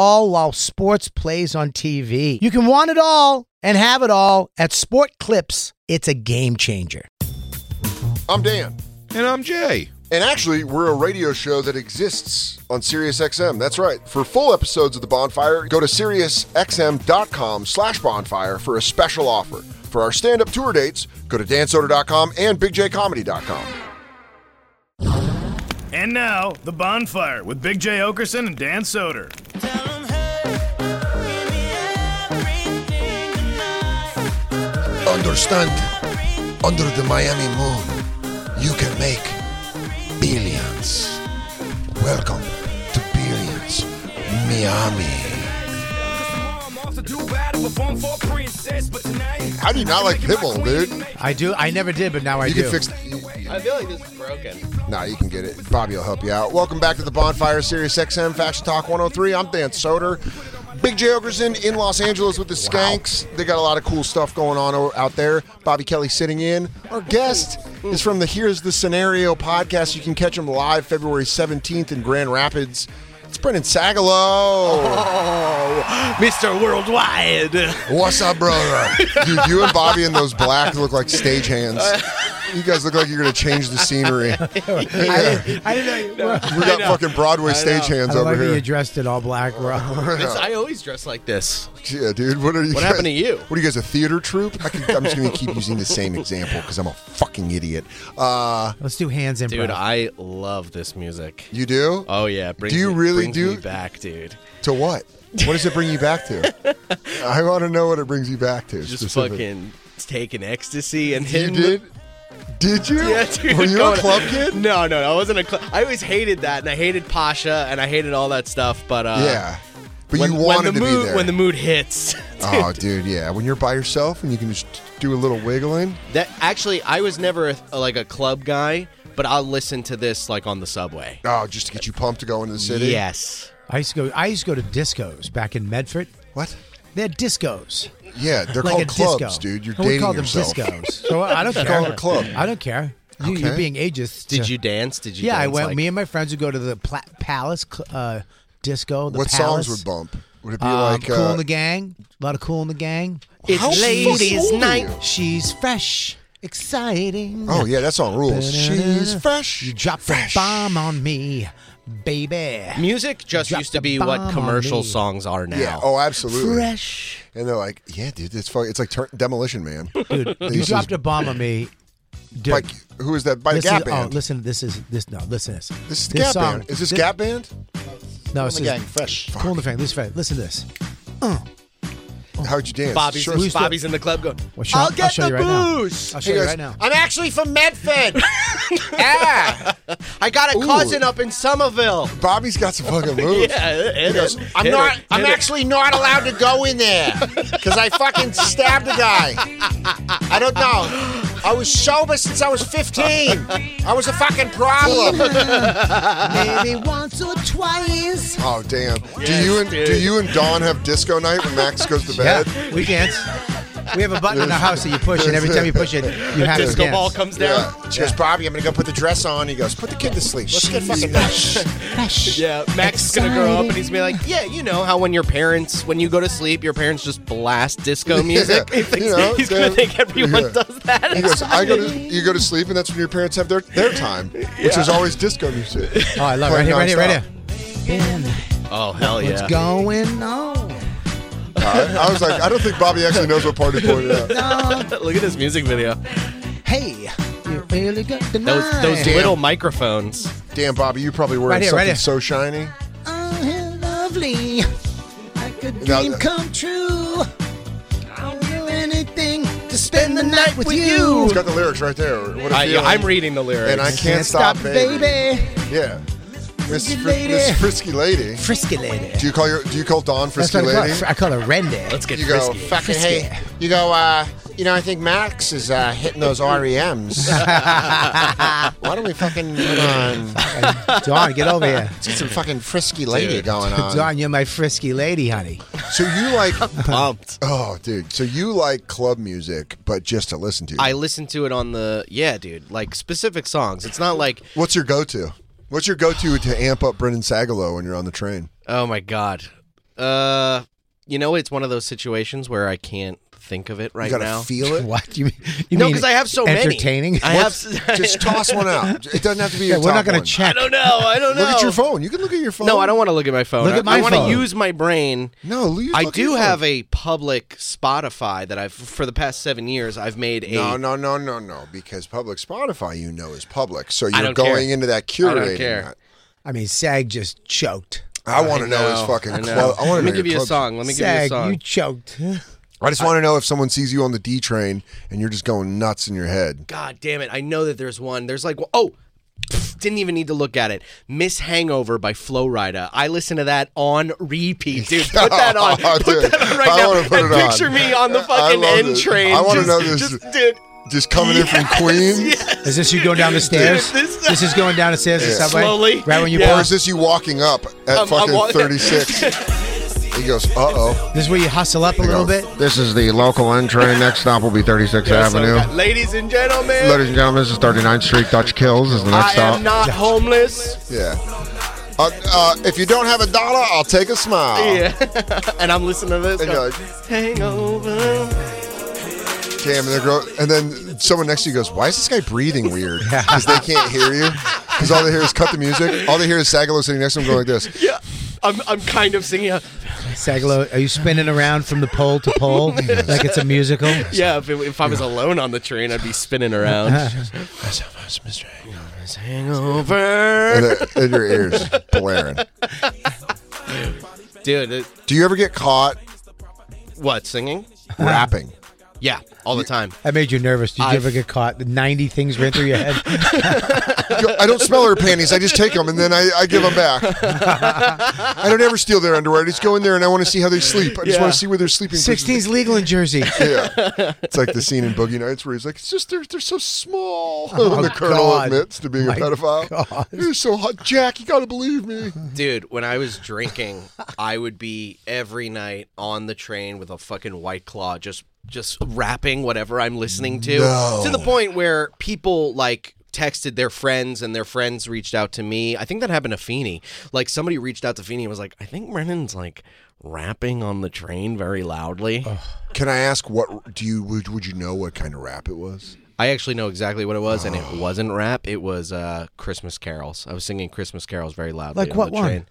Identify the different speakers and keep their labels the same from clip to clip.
Speaker 1: all while sports plays on TV. You can want it all and have it all at Sport Clips. It's a game changer.
Speaker 2: I'm Dan.
Speaker 3: And I'm Jay.
Speaker 2: And actually, we're a radio show that exists on SiriusXM. That's right. For full episodes of The Bonfire, go to SiriusXM.com slash bonfire for a special offer. For our stand-up tour dates, go to dansoder.com and bigjcomedy.com.
Speaker 4: And now, The Bonfire with Big J. Okerson and Dan Soder.
Speaker 5: Understand, under the Miami moon, you can make billions. Welcome to Billions, Miami.
Speaker 2: How do you not like Pitbull, dude?
Speaker 1: I do. I never did, but now I
Speaker 2: you
Speaker 1: do.
Speaker 2: Can fix,
Speaker 6: I feel like this is broken.
Speaker 2: Nah, you can get it. Bobby will help you out. Welcome back to the Bonfire Series XM Fashion Talk 103. I'm Dan Soder. Big J. Ogerson in Los Angeles with the Skanks. They got a lot of cool stuff going on o- out there. Bobby Kelly sitting in. Our guest is from the Here's the Scenario podcast. You can catch him live February 17th in Grand Rapids. It's Brendan Sagalow.
Speaker 6: Oh, Mr. Worldwide.
Speaker 2: What's up, brother? Dude, you and Bobby and those black look like stagehands. You guys look like you're going to change the scenery.
Speaker 1: I, I didn't know.
Speaker 2: We got fucking Broadway stagehands
Speaker 1: I
Speaker 2: over
Speaker 1: love
Speaker 2: here.
Speaker 1: that you dressed in all black, bro.
Speaker 6: This- I always dress like this.
Speaker 2: Yeah, dude. What are you?
Speaker 6: What
Speaker 2: guys-
Speaker 6: happened to you?
Speaker 2: What are you guys a theater troupe? I am just gonna keep using the same example because I'm a fucking idiot. Uh,
Speaker 1: Let's do hands in,
Speaker 6: Dude,
Speaker 1: bro.
Speaker 6: I love this music.
Speaker 2: you do?
Speaker 6: Oh, yeah. it Brings
Speaker 2: Do you
Speaker 6: me-
Speaker 2: really
Speaker 6: brings
Speaker 2: do-
Speaker 6: Me back, dude.
Speaker 2: to what? What does it bring you back to? I want to know what it brings you back to.
Speaker 6: Just
Speaker 2: specifically.
Speaker 6: fucking taking ecstasy and
Speaker 2: You
Speaker 6: hitting.
Speaker 2: did? Did you?
Speaker 6: Yeah, dude,
Speaker 2: Were you a
Speaker 6: going-
Speaker 2: club kid?
Speaker 6: No, no, no, I wasn't a club. I always hated that, and I hated Pasha, and I hated all that stuff. But uh,
Speaker 2: yeah. But
Speaker 6: when,
Speaker 2: you
Speaker 6: when
Speaker 2: wanted to
Speaker 6: the mood,
Speaker 2: be there.
Speaker 6: When the mood hits,
Speaker 2: oh, dude, yeah. When you're by yourself and you can just do a little wiggling.
Speaker 6: that actually, I was never a, like a club guy, but I'll listen to this like on the subway.
Speaker 2: Oh, just to get you pumped to go into the city.
Speaker 6: Yes.
Speaker 1: I used to go. I used to go to discos back in Medford.
Speaker 2: What?
Speaker 1: They had discos,
Speaker 2: Yeah, they're
Speaker 1: like a
Speaker 2: called clubs,
Speaker 1: disco.
Speaker 2: dude. You're
Speaker 1: Oh, we
Speaker 2: dating
Speaker 1: call
Speaker 2: yourself.
Speaker 1: them discos. So I don't care.
Speaker 2: Call it a club.
Speaker 1: I don't care. You, You're
Speaker 2: Okay.
Speaker 1: being ageist.
Speaker 6: Did
Speaker 1: so-
Speaker 6: you dance? Did you?
Speaker 1: Yeah, I
Speaker 6: dance,
Speaker 1: went.
Speaker 6: like-
Speaker 1: me and my friends would go to the pla- Palace cl- uh, Disco. The
Speaker 2: What
Speaker 1: Palace.
Speaker 2: songs would bump? Would it be
Speaker 1: Um,
Speaker 2: like
Speaker 1: Cool
Speaker 2: uh,
Speaker 1: in the Gang. A lot of Cool in the Gang.
Speaker 6: It's
Speaker 2: How fucking
Speaker 6: ladies'
Speaker 2: old are
Speaker 6: night.
Speaker 2: you?
Speaker 1: She's fresh, exciting.
Speaker 2: Oh yeah, that song rules. She's fresh.
Speaker 1: You dropped
Speaker 2: fresh.
Speaker 1: a bomb on me, baby.
Speaker 6: Music just
Speaker 1: Drop
Speaker 6: used
Speaker 1: the
Speaker 6: to be
Speaker 1: bomb
Speaker 6: what
Speaker 1: on
Speaker 6: commercial
Speaker 1: me.
Speaker 6: songs are now.
Speaker 2: Yeah. Oh, absolutely.
Speaker 1: Fresh,
Speaker 2: And they're like, yeah, dude, it's fuck. It's like tur- Demolition Man.
Speaker 1: dude. you
Speaker 2: is-
Speaker 1: dropped a bomb on me, dude.
Speaker 2: like, who is that? By the
Speaker 1: Listen,
Speaker 2: Gap
Speaker 1: oh,
Speaker 2: Band.
Speaker 1: listen, this is this. No, listen to this.
Speaker 2: This is the Gap
Speaker 1: song-
Speaker 2: Band. Is this, Gap Band?
Speaker 1: No, this is
Speaker 2: fresh.
Speaker 1: Cool in the Gang. This is fresh. Listen to this. Oh.
Speaker 2: How'd you dance?
Speaker 6: Bobby's,
Speaker 2: Sure.
Speaker 1: Who's-
Speaker 6: Bobby's in the club going.
Speaker 1: Well, show-
Speaker 6: I'll get
Speaker 1: I'll show
Speaker 6: the
Speaker 1: you right now.
Speaker 6: booze.
Speaker 1: I'll
Speaker 2: Hey,
Speaker 1: show you
Speaker 2: guys,
Speaker 1: right now.
Speaker 6: I'm actually from Medford. yeah. I got a
Speaker 2: Ooh.
Speaker 6: cousin up in Somerville.
Speaker 2: Bobby's got some fucking moves.
Speaker 6: it
Speaker 2: goes,
Speaker 6: I'm not. I'm actually.
Speaker 7: not allowed to go in there because I fucking stabbed a guy. I don't know. I was sober since I was 15. I was a fucking problem.
Speaker 1: Maybe once or twice.
Speaker 2: Oh damn. do
Speaker 6: Yes,
Speaker 2: you and do
Speaker 6: dude.
Speaker 2: you and Dawn have disco night when Max goes to bed?
Speaker 1: Yeah, we dance. We have a button in our house that you push, and every time you push it, you have to
Speaker 6: Disco
Speaker 1: dance.
Speaker 6: ball comes down.
Speaker 7: She goes, Bobby, I'm gonna go put the dress on. He goes, put the kid to sleep. Let's get fucking
Speaker 6: Yeah, Max is gonna grow up and he's gonna be like, yeah, you know how when your parents, when you go to sleep, your parents just blast disco music. He thinks,
Speaker 2: you know,
Speaker 6: he's gonna
Speaker 2: the-
Speaker 6: think everyone
Speaker 2: yeah.
Speaker 6: does that.
Speaker 2: He goes, I go to you go to sleep, and that's when your parents have their, their time, which is always disco music.
Speaker 1: Oh, I love it. Right here, right here, right here.
Speaker 6: Oh hell yeah!
Speaker 1: What's going on?
Speaker 2: Uh, I, I was like, I don't think Bobby actually knows what party pointed out.
Speaker 6: Look at this music video.
Speaker 1: Hey, you really got the
Speaker 6: Those those
Speaker 2: Damn.
Speaker 6: little microphones.
Speaker 2: Damn, Bobby, you probably were in
Speaker 1: Right here, right
Speaker 2: something so
Speaker 1: here.
Speaker 2: shiny.
Speaker 1: Oh, how lovely. Like a
Speaker 2: Now-
Speaker 1: dream come true. I'll do anything to spend the night with you.
Speaker 2: It's got the lyrics right there. What a
Speaker 6: I,
Speaker 2: feeling.
Speaker 6: I'm reading the lyrics.
Speaker 2: And I can't stop, baby.
Speaker 1: baby.
Speaker 2: Yeah. Miss,
Speaker 1: Frisky
Speaker 2: Fri-
Speaker 1: lady.
Speaker 2: Miss Frisky Lady.
Speaker 1: Frisky lady.
Speaker 2: Do you call your Do you call Dawn
Speaker 1: That's
Speaker 2: Frisky
Speaker 1: what I call,
Speaker 2: Lady?
Speaker 1: it. I call her Rende.
Speaker 6: Let's get
Speaker 7: You go,
Speaker 6: frisky.
Speaker 7: fucking
Speaker 1: Frisky.
Speaker 7: hey. You go, uh, you know, I think Max is uh, hitting those
Speaker 2: E
Speaker 7: REMs. Why don't we fucking put on
Speaker 1: Dawn, get over here.
Speaker 7: let's get some fucking frisky lady going on?
Speaker 1: Dawn, you're my frisky lady, honey.
Speaker 2: so you like?
Speaker 6: Pumped.
Speaker 2: Oh, dude. So you like club music, but just to listen to.
Speaker 6: I listened to it on the yeah, dude. Like specific songs. It's not like
Speaker 2: What's your go-to? What's your go-to to amp up Brendan Sagalow when you're on the train?
Speaker 6: oh my god. Uh, you know it's one of those situations where I can't think of it right
Speaker 2: You gotta
Speaker 6: now.
Speaker 2: feel it.
Speaker 1: What? You, mean- you
Speaker 6: no,
Speaker 1: mean
Speaker 6: because I have so
Speaker 1: entertaining?
Speaker 6: many. I have.
Speaker 2: Just toss one out. It doesn't have to be.
Speaker 1: Yeah,
Speaker 2: your
Speaker 1: we're
Speaker 2: top
Speaker 1: not going
Speaker 2: one.
Speaker 1: to check.
Speaker 6: I don't know. I don't know.
Speaker 2: Look at your phone. You can look at your phone.
Speaker 6: No, I don't want to look at my phone.
Speaker 1: Look at
Speaker 6: I-
Speaker 1: my
Speaker 6: I want
Speaker 1: phone.
Speaker 6: to use my brain.
Speaker 2: No, use-
Speaker 6: I
Speaker 2: look at
Speaker 6: do
Speaker 2: your
Speaker 6: have
Speaker 2: phone.
Speaker 6: a public Spotify that I've for the past seven years. I've made a.
Speaker 2: No, no, no, no, no. Because public Spotify, you know, is public. So
Speaker 6: I
Speaker 2: you're
Speaker 6: don't care.
Speaker 2: going into that curating.
Speaker 6: I don't care.
Speaker 2: that.
Speaker 1: I mean, Sag just choked.
Speaker 2: I want to know,
Speaker 6: No,
Speaker 2: his fucking.
Speaker 6: I know.
Speaker 2: club. I want to
Speaker 6: Let me
Speaker 2: know your
Speaker 6: give you a
Speaker 2: club-
Speaker 6: song. Let me give you a
Speaker 1: Sag,
Speaker 6: song.
Speaker 1: you choked.
Speaker 2: I just want to know if someone sees you on the D train and you're just going nuts in your head.
Speaker 6: God damn it! I know that there's one. There's like oh. pfft, Didn't even need to look at it. Miss Hangover by Flo Rida. I listen to that on repeat, dude. Put that on.
Speaker 2: Oh,
Speaker 6: put
Speaker 2: dude.
Speaker 6: that on right
Speaker 2: I
Speaker 6: now.
Speaker 2: wanna put
Speaker 6: and
Speaker 2: it on.
Speaker 6: picture me on the
Speaker 2: I
Speaker 6: fucking
Speaker 2: love
Speaker 6: N
Speaker 2: this.
Speaker 6: train.
Speaker 2: I wanna
Speaker 6: Just-
Speaker 2: know this.
Speaker 6: Just, dude.
Speaker 2: Just coming in from Queens,
Speaker 1: Is this you going down the stairs?
Speaker 6: Dude, this-
Speaker 1: this is going down the stairs the subway?
Speaker 6: Slowly.
Speaker 1: Right when you
Speaker 6: Yeah.
Speaker 2: or
Speaker 1: yeah.
Speaker 2: is this you walking up at
Speaker 6: I'm- I'm
Speaker 2: fucking
Speaker 6: walking-
Speaker 2: 36? he goes, "Uh oh."
Speaker 1: This is where you hustle up a little bit.
Speaker 5: This is the local N train. Next stop will be 36th
Speaker 6: So,
Speaker 5: Avenue.
Speaker 6: ladies and gentlemen,
Speaker 5: Ladies and gentlemen, this is 39th Street. Dutch Kills is the next
Speaker 6: I
Speaker 5: stop.
Speaker 6: am not homeless,
Speaker 2: Yeah. Uh, uh, if you don't have a dollar, I'll take a smile.
Speaker 6: and I'm listening to this.
Speaker 2: Oh. And you're
Speaker 6: going,
Speaker 2: like,
Speaker 6: Hangover.
Speaker 2: Damn, and, they're grow- and then someone next to you goes, "Why is this guy breathing weird?" Because they can't hear you. Because all they hear is cut the music. All they hear is Sagalo sitting next to him going like this.
Speaker 6: Yeah, I'm, I'm kind of singing. A,
Speaker 1: Sagalo, are you spinning around from the pole to pole like it's a musical?
Speaker 6: yeah, if, it, if I was alone on the train, I'd be spinning around.
Speaker 2: And,
Speaker 6: Hangover,
Speaker 2: the- and your ears blaring.
Speaker 6: dude. It,
Speaker 2: Do you ever get caught
Speaker 6: what singing?
Speaker 2: rapping?
Speaker 6: Yeah, all the time.
Speaker 1: That made you nervous. Did you
Speaker 6: I've-
Speaker 1: ever get caught? The 90 things ran through your head.
Speaker 2: Yo, I don't smell her panties. I just take them and then I, I give them back. I don't ever steal their underwear. I just go in there and I want to see how they sleep. I just
Speaker 6: Yeah.
Speaker 2: want to see where they're sleeping.
Speaker 1: 16's legal in Jersey.
Speaker 2: Yeah. It's like the scene in Boogie Nights where he's like, it's just they're, they're so small.
Speaker 1: Oh,
Speaker 2: the colonel
Speaker 1: God.
Speaker 2: admits to being a
Speaker 1: My
Speaker 2: pedophile.
Speaker 1: God.
Speaker 2: You're so hot. Jack, you got to believe me.
Speaker 6: Dude, when I was drinking, I would be every night on the train with a fucking white claw, just just rapping whatever I'm listening to. To the point where people like texted their friends and their friends reached out to me. I think that happened to Feeney. Like somebody reached out to Feeney and was like, I think Brennan's like rapping on the train very loudly.
Speaker 2: Can I ask what do you would, would you know what kind of rap it was?
Speaker 6: I actually know exactly what it was, and it wasn't rap. It was uh, Christmas carols. I was singing Christmas carols very loudly.
Speaker 1: Like
Speaker 6: on
Speaker 1: what
Speaker 6: the
Speaker 1: one?
Speaker 6: Train.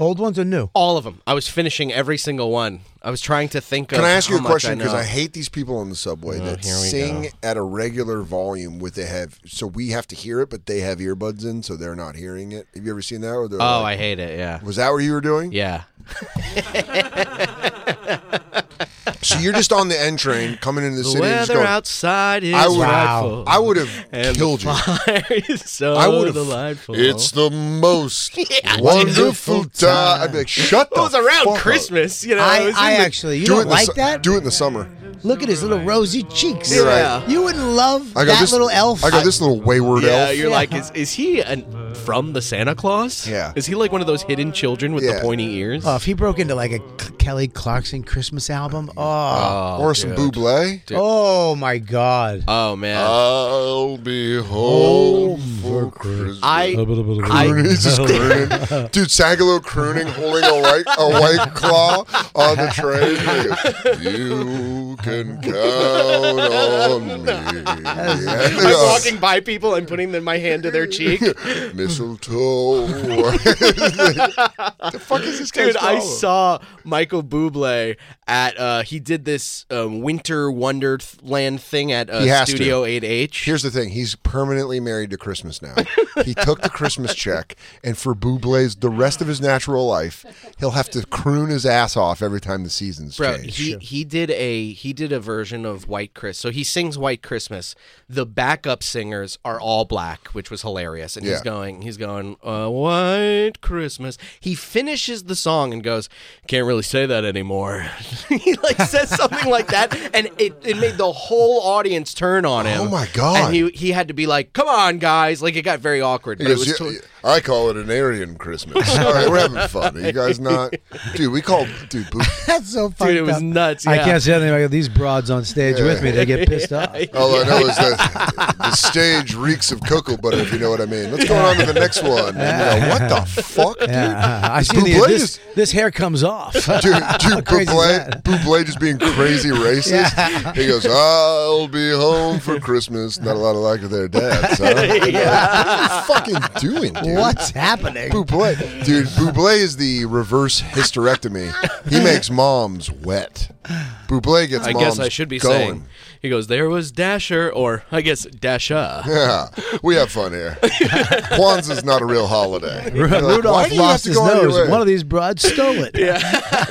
Speaker 1: Old ones or new?
Speaker 6: All of them. I was finishing every single one. I was trying to think of.
Speaker 2: Can I ask you
Speaker 6: how
Speaker 2: a
Speaker 6: much
Speaker 2: question?
Speaker 6: know.
Speaker 2: Because Oh, I, Oh, hate these people on the subway that
Speaker 6: here we
Speaker 2: sing
Speaker 6: go.
Speaker 2: at a regular volume with they have so we have to hear it, but they have earbuds in, so they're not hearing it. Have you ever seen that? Or they're
Speaker 6: Oh,
Speaker 2: like-
Speaker 6: I hate it. Yeah.
Speaker 2: was that what you were doing?
Speaker 6: Yeah.
Speaker 2: So you're just on the N train coming into the,
Speaker 6: The
Speaker 2: city. and just
Speaker 6: weather
Speaker 2: going,
Speaker 6: outside is
Speaker 2: I would,
Speaker 1: Wow.
Speaker 6: frightful.
Speaker 2: I would have
Speaker 6: and
Speaker 2: killed you.
Speaker 6: the fire is so
Speaker 2: I would have.
Speaker 6: delightful.
Speaker 2: It's the most
Speaker 6: Yeah,
Speaker 2: wonderful time. I'd be like, shut the.
Speaker 6: it was around
Speaker 2: fuck up."
Speaker 6: Christmas, you know. it
Speaker 1: I,
Speaker 6: was
Speaker 1: I
Speaker 6: in the-
Speaker 1: actually, you
Speaker 2: do it
Speaker 1: don't
Speaker 2: in the
Speaker 1: like
Speaker 2: su-
Speaker 1: that?
Speaker 2: Do it in the summer.
Speaker 1: Look at his little rosy cheeks.
Speaker 2: You're right.
Speaker 6: Yeah.
Speaker 1: You wouldn't love
Speaker 2: I go
Speaker 1: that
Speaker 2: this
Speaker 1: little elf.
Speaker 2: I go this little wayward
Speaker 6: yeah,
Speaker 2: elf.
Speaker 6: you're like, is, is he an, from the Santa Claus?
Speaker 2: Yeah.
Speaker 6: Is he like one of those hidden children with
Speaker 2: Yeah.
Speaker 6: the pointy ears?
Speaker 1: Oh, if he broke into like a c- Kelly Clarkson Christmas album. Oh,
Speaker 2: or some buble.
Speaker 1: oh my God.
Speaker 6: Oh man.
Speaker 2: Uh, I'll be home for Christmas.
Speaker 6: I, I
Speaker 2: He's just crooning. Dude, Sagalo crooning, holding a white, a white claw on the train. You can count on me. And
Speaker 6: I'm
Speaker 2: they go,
Speaker 6: walking by people and putting then my hand to their cheek.
Speaker 2: Mistletoe. the fuck is this guy's
Speaker 6: Dude, I
Speaker 2: problem?
Speaker 6: saw Michael Bublé at uh he did this um, Winter Wonderland thing at
Speaker 2: He
Speaker 6: uh,
Speaker 2: has to.
Speaker 6: Studio 8H.
Speaker 2: Here's the thing: he's permanently married to Christmas now. he took the Christmas check, and for Bublé's the rest of his natural life, he'll have to croon his ass off every time the seasons
Speaker 6: Bro,
Speaker 2: change.
Speaker 6: he, he did a he did a version of White Chris. So he sings White Christmas. The backup singers are all black, which was hilarious. And he's
Speaker 2: Yeah.
Speaker 6: going he's going uh, White Christmas. He finishes the song and goes, "Can't really say that anymore." he like says something like that, and it, it made the whole audience turn on him.
Speaker 2: Oh, my God.
Speaker 6: And he he had to be like, "Come on, guys!" Like it got very awkward.
Speaker 2: He
Speaker 6: But it
Speaker 2: goes,
Speaker 6: was
Speaker 2: "Yeah,
Speaker 6: to-
Speaker 2: yeah, I call it an Aryan Christmas. All right, we're having fun. Are you guys not, dude. We call dude. Boo-
Speaker 1: That's so funny.
Speaker 6: it was nuts,
Speaker 1: I
Speaker 6: yeah.
Speaker 1: can't say anything about these broads on stage with me. They get pissed off. Uh,
Speaker 2: All I know is that the stage reeks of cocoa butter, if you know what I mean. Let's go on to the next one. And you go, what the fuck, dude?
Speaker 1: Yeah, I see the,
Speaker 2: Buble
Speaker 1: this,
Speaker 2: is-
Speaker 1: this hair comes off.
Speaker 2: Dude, dude
Speaker 1: crazy is
Speaker 2: Buble,
Speaker 1: that?
Speaker 2: Buble just being crazy racist. He goes, "I'll be home for Christmas." Not a lot of like to their dads. Huh? What are you fucking doing, dude?
Speaker 1: What's happening?
Speaker 2: Buble, dude, Buble is the reverse hysterectomy. He makes moms wet. Buble gets.
Speaker 6: I
Speaker 2: moms
Speaker 6: guess I should be
Speaker 2: going.
Speaker 6: saying. He goes, "There was Dasher, or I guess Dasha."
Speaker 2: Yeah, we have fun here. Kwanzaa's not a real holiday. You're like, "Why
Speaker 1: Rudolph
Speaker 2: do you have
Speaker 1: lost
Speaker 2: to
Speaker 1: his
Speaker 2: go out of your
Speaker 1: nose.
Speaker 2: way?"
Speaker 1: One of these broads stole it.
Speaker 2: He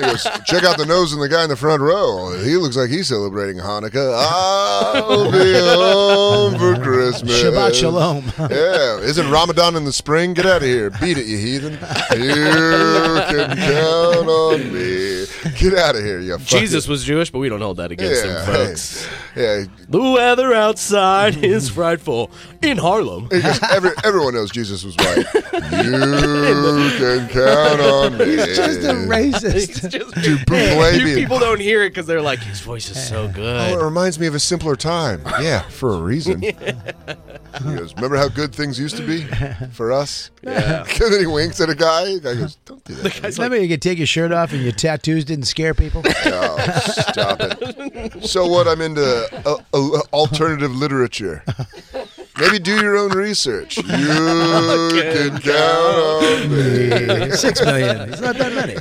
Speaker 2: goes, check out the nose and the guy in the front row. He looks like he's celebrating Hanukkah. I'll be home for Christmas.
Speaker 1: Shabbat shalom.
Speaker 2: Yeah, isn't Ramadan in the spring? Get out of here. Beat it, you heathen. You can count on me. Get out of here, you fucking.
Speaker 6: Jesus was Jewish, but we don't hold that against
Speaker 2: Yeah,
Speaker 6: him, folks.
Speaker 2: hey.
Speaker 6: The weather outside is frightful in Harlem.
Speaker 2: yeah. Because every, everyone knows Jesus was white. You can count on me.
Speaker 1: He's just a
Speaker 6: It's
Speaker 1: racist.
Speaker 6: just,
Speaker 2: Buble
Speaker 6: you
Speaker 2: being-
Speaker 6: people don't hear it because they're like, his voice is so
Speaker 2: Oh,
Speaker 6: good.
Speaker 2: it reminds me of a simpler time. Yeah, for a reason. He goes, Remember how good things used to be for us? Yeah. and then he winks at a guy. The guy goes, Don't do that.
Speaker 1: Does that mean you could take your shirt off and your tattoos didn't scare people?
Speaker 2: No, stop it. So what? I'm into uh, uh, alternative literature. Maybe do your own research. You can count on me.
Speaker 1: Six million. It's not that many.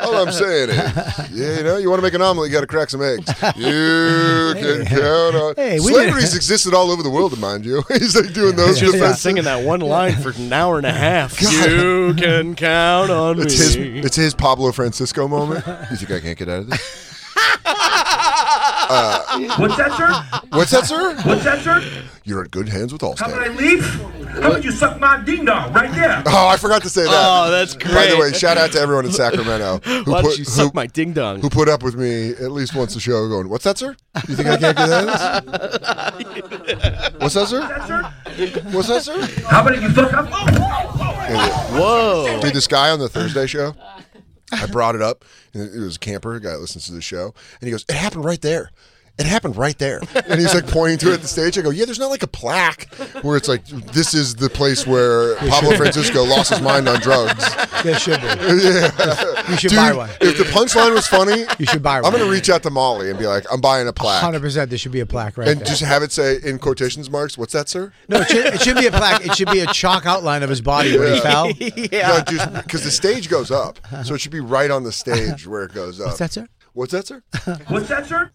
Speaker 2: All I'm saying is, yeah, you know, you want to make an omelet, you got to crack some eggs. You can count on.
Speaker 1: Hey, we
Speaker 2: Slavery's
Speaker 1: did-
Speaker 2: existed all over the world, mind you. He's like doing those
Speaker 6: Just been
Speaker 2: defenses.
Speaker 6: singing that one line for an hour and a half. You can count on me.
Speaker 2: It's his, it's his Pablo Francisco moment. You think I can't get out of this?
Speaker 3: What's that, sir?
Speaker 2: What's that, sir?
Speaker 3: What's that, sir?
Speaker 2: You're in good hands with
Speaker 3: How about I
Speaker 2: Allstate.
Speaker 3: leave? How about you suck my ding dong right there?
Speaker 2: Oh, I forgot to say that.
Speaker 6: Oh, that's
Speaker 2: By the
Speaker 6: great.
Speaker 2: way, shout out to everyone in Sacramento who
Speaker 6: Why
Speaker 2: put
Speaker 6: don't you
Speaker 2: who,
Speaker 6: suck my ding dong?
Speaker 2: who put up with me at least once a show. Going, what's that, sir? You think I can't get out of this? What's that, sir?
Speaker 3: What's that,
Speaker 2: What's that, sir?
Speaker 3: sir? How about you fuck up? Oh, whoa, whoa.
Speaker 6: Whoa.
Speaker 2: Dude, this guy on the Thursday show, I brought it up. And it was a camper, a guy that listens to the show. And he goes, It happened right there. It happened right there. And he's like pointing to it at the stage. I go, Yeah, there's not like a plaque where it's like, This is the place where Pablo Francisco lost his mind on drugs.
Speaker 1: There should be.
Speaker 2: yeah.
Speaker 1: You should
Speaker 2: Dude,
Speaker 1: buy one.
Speaker 2: if the punchline was funny,
Speaker 1: You should buy
Speaker 2: I'm
Speaker 1: one.
Speaker 2: going to reach out to Molly and be like, I'm buying a plaque.
Speaker 1: Hundred percent. There should be a plaque right
Speaker 2: And
Speaker 1: there.
Speaker 2: just have it say in quotations marks, What's that, sir?
Speaker 1: no, it should, it should be a plaque. It should be a chalk outline of his body when he fell.
Speaker 2: Yeah. Because the stage goes up. So it should be right on the stage where it goes up.
Speaker 1: Uh-huh. What's that, sir?
Speaker 2: What's that, sir?
Speaker 3: What's that, sir?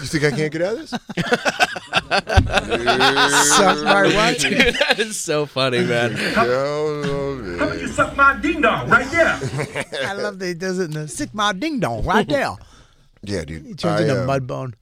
Speaker 2: You think I can't get out of this?
Speaker 1: Suck my what?
Speaker 6: Dude, that is so funny, man.
Speaker 3: How about you suck my ding dong right there?
Speaker 1: I love that he does it in the sick my ding dong right there.
Speaker 2: yeah, dude.
Speaker 1: He turns
Speaker 2: I,
Speaker 1: into
Speaker 2: uh,
Speaker 1: mud bone.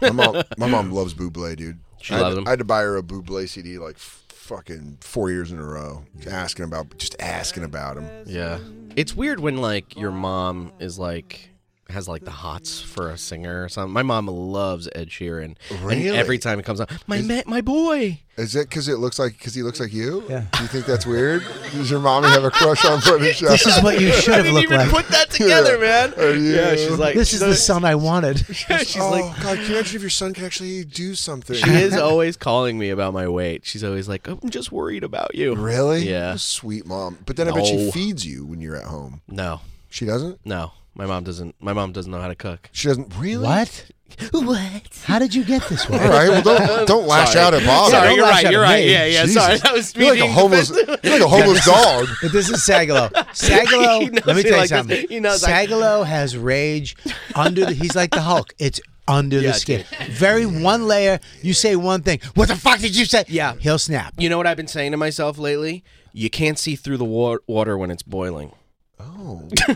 Speaker 2: my mom, my mom loves Buble, dude.
Speaker 6: She
Speaker 2: I had,
Speaker 6: loves
Speaker 2: to-
Speaker 6: him.
Speaker 2: I had to buy her a Buble CD like f- fucking four years in a row, asking about just asking about him.
Speaker 6: Yeah. It's weird when, like, your mom is like, has like the hots for a singer or something. My mom loves Ed Sheeran. And every time it comes on, my ma- my boy.
Speaker 2: Is it because it looks like because he looks like you? Yeah. Do you think that's weird? Does your mommy have a crush on British Chef?
Speaker 1: This is what you should
Speaker 6: I
Speaker 1: have
Speaker 6: didn't
Speaker 1: looked
Speaker 6: even
Speaker 1: like.
Speaker 6: put that together, man.
Speaker 2: Are you-
Speaker 6: Yeah, she's like
Speaker 1: this is
Speaker 6: so-
Speaker 1: the son I wanted.
Speaker 6: She's
Speaker 2: oh,
Speaker 6: like
Speaker 2: God, can you imagine if your son could actually do something?
Speaker 6: she is always calling me about my weight. She's always like, "I'm just worried about you."
Speaker 2: Really?
Speaker 6: Yeah.
Speaker 2: Sweet mom. But then I bet she
Speaker 6: No.
Speaker 2: feeds you when you're at home.
Speaker 6: No,
Speaker 2: She doesn't?
Speaker 6: no. My mom doesn't. My mom doesn't know how to cook.
Speaker 2: She doesn't really?
Speaker 1: what?
Speaker 6: What?
Speaker 1: How did you get this
Speaker 2: All
Speaker 1: way?
Speaker 2: right. Well, don't don't Oh, lash out at Bob.
Speaker 6: Sorry,
Speaker 1: don't
Speaker 6: you're
Speaker 1: lash
Speaker 6: right.
Speaker 1: out at
Speaker 6: You're right.
Speaker 1: me.
Speaker 6: Yeah, yeah.
Speaker 2: Jesus.
Speaker 6: Sorry, that was me
Speaker 2: You're like a
Speaker 6: being
Speaker 2: homeless. You're like a homeless dog.
Speaker 1: But this is Sagalo. Sagalo,
Speaker 6: He knows
Speaker 1: let
Speaker 6: me
Speaker 1: me tell you
Speaker 6: like this.
Speaker 1: something.
Speaker 6: He knows I-
Speaker 1: Sagalo has rage under the. He's like the Hulk. It's under
Speaker 6: Yeah,
Speaker 1: the skin. Very one layer. You say one thing. What the fuck did you say?
Speaker 6: Yeah.
Speaker 1: He'll snap.
Speaker 6: You know what I've been saying to myself lately? You can't see through the wa- water when it's boiling.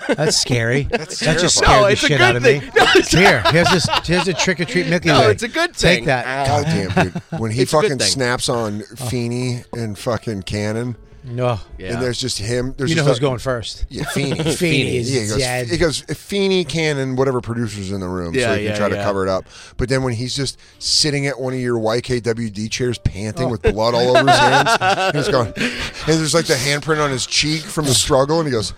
Speaker 1: That's scary. That's that just
Speaker 6: terrifying. No, it's
Speaker 1: scared the
Speaker 6: a
Speaker 1: shit
Speaker 6: good
Speaker 1: out of me.
Speaker 6: thing. No, it's
Speaker 1: Here, here's this. Here's a trick or treat Mickey.
Speaker 6: No,
Speaker 1: way.
Speaker 6: it's a good
Speaker 1: Take
Speaker 6: thing.
Speaker 1: that.
Speaker 2: God damn, dude. When he
Speaker 6: It's a good
Speaker 2: fucking
Speaker 6: thing. Oh.
Speaker 2: snaps on Feeney and fucking Cannon,
Speaker 1: No,
Speaker 6: Yeah.
Speaker 2: and there's just him. There's
Speaker 1: you know
Speaker 2: just
Speaker 1: who's
Speaker 2: a-
Speaker 1: going first.
Speaker 2: Yeah, Feeney.
Speaker 1: Feeney
Speaker 2: yeah,
Speaker 1: is
Speaker 2: he goes,
Speaker 1: dead.
Speaker 2: He goes Feeney, Cannon, whatever producer's in the room, so
Speaker 6: Yeah,
Speaker 2: he
Speaker 6: yeah,
Speaker 2: can try to
Speaker 6: yeah.
Speaker 2: cover it up. But then when he's just sitting at one of your YKWd chairs,
Speaker 6: Oh.
Speaker 2: panting with blood all over his hands, he's going, and there's like the handprint on his cheek from the struggle, and he goes,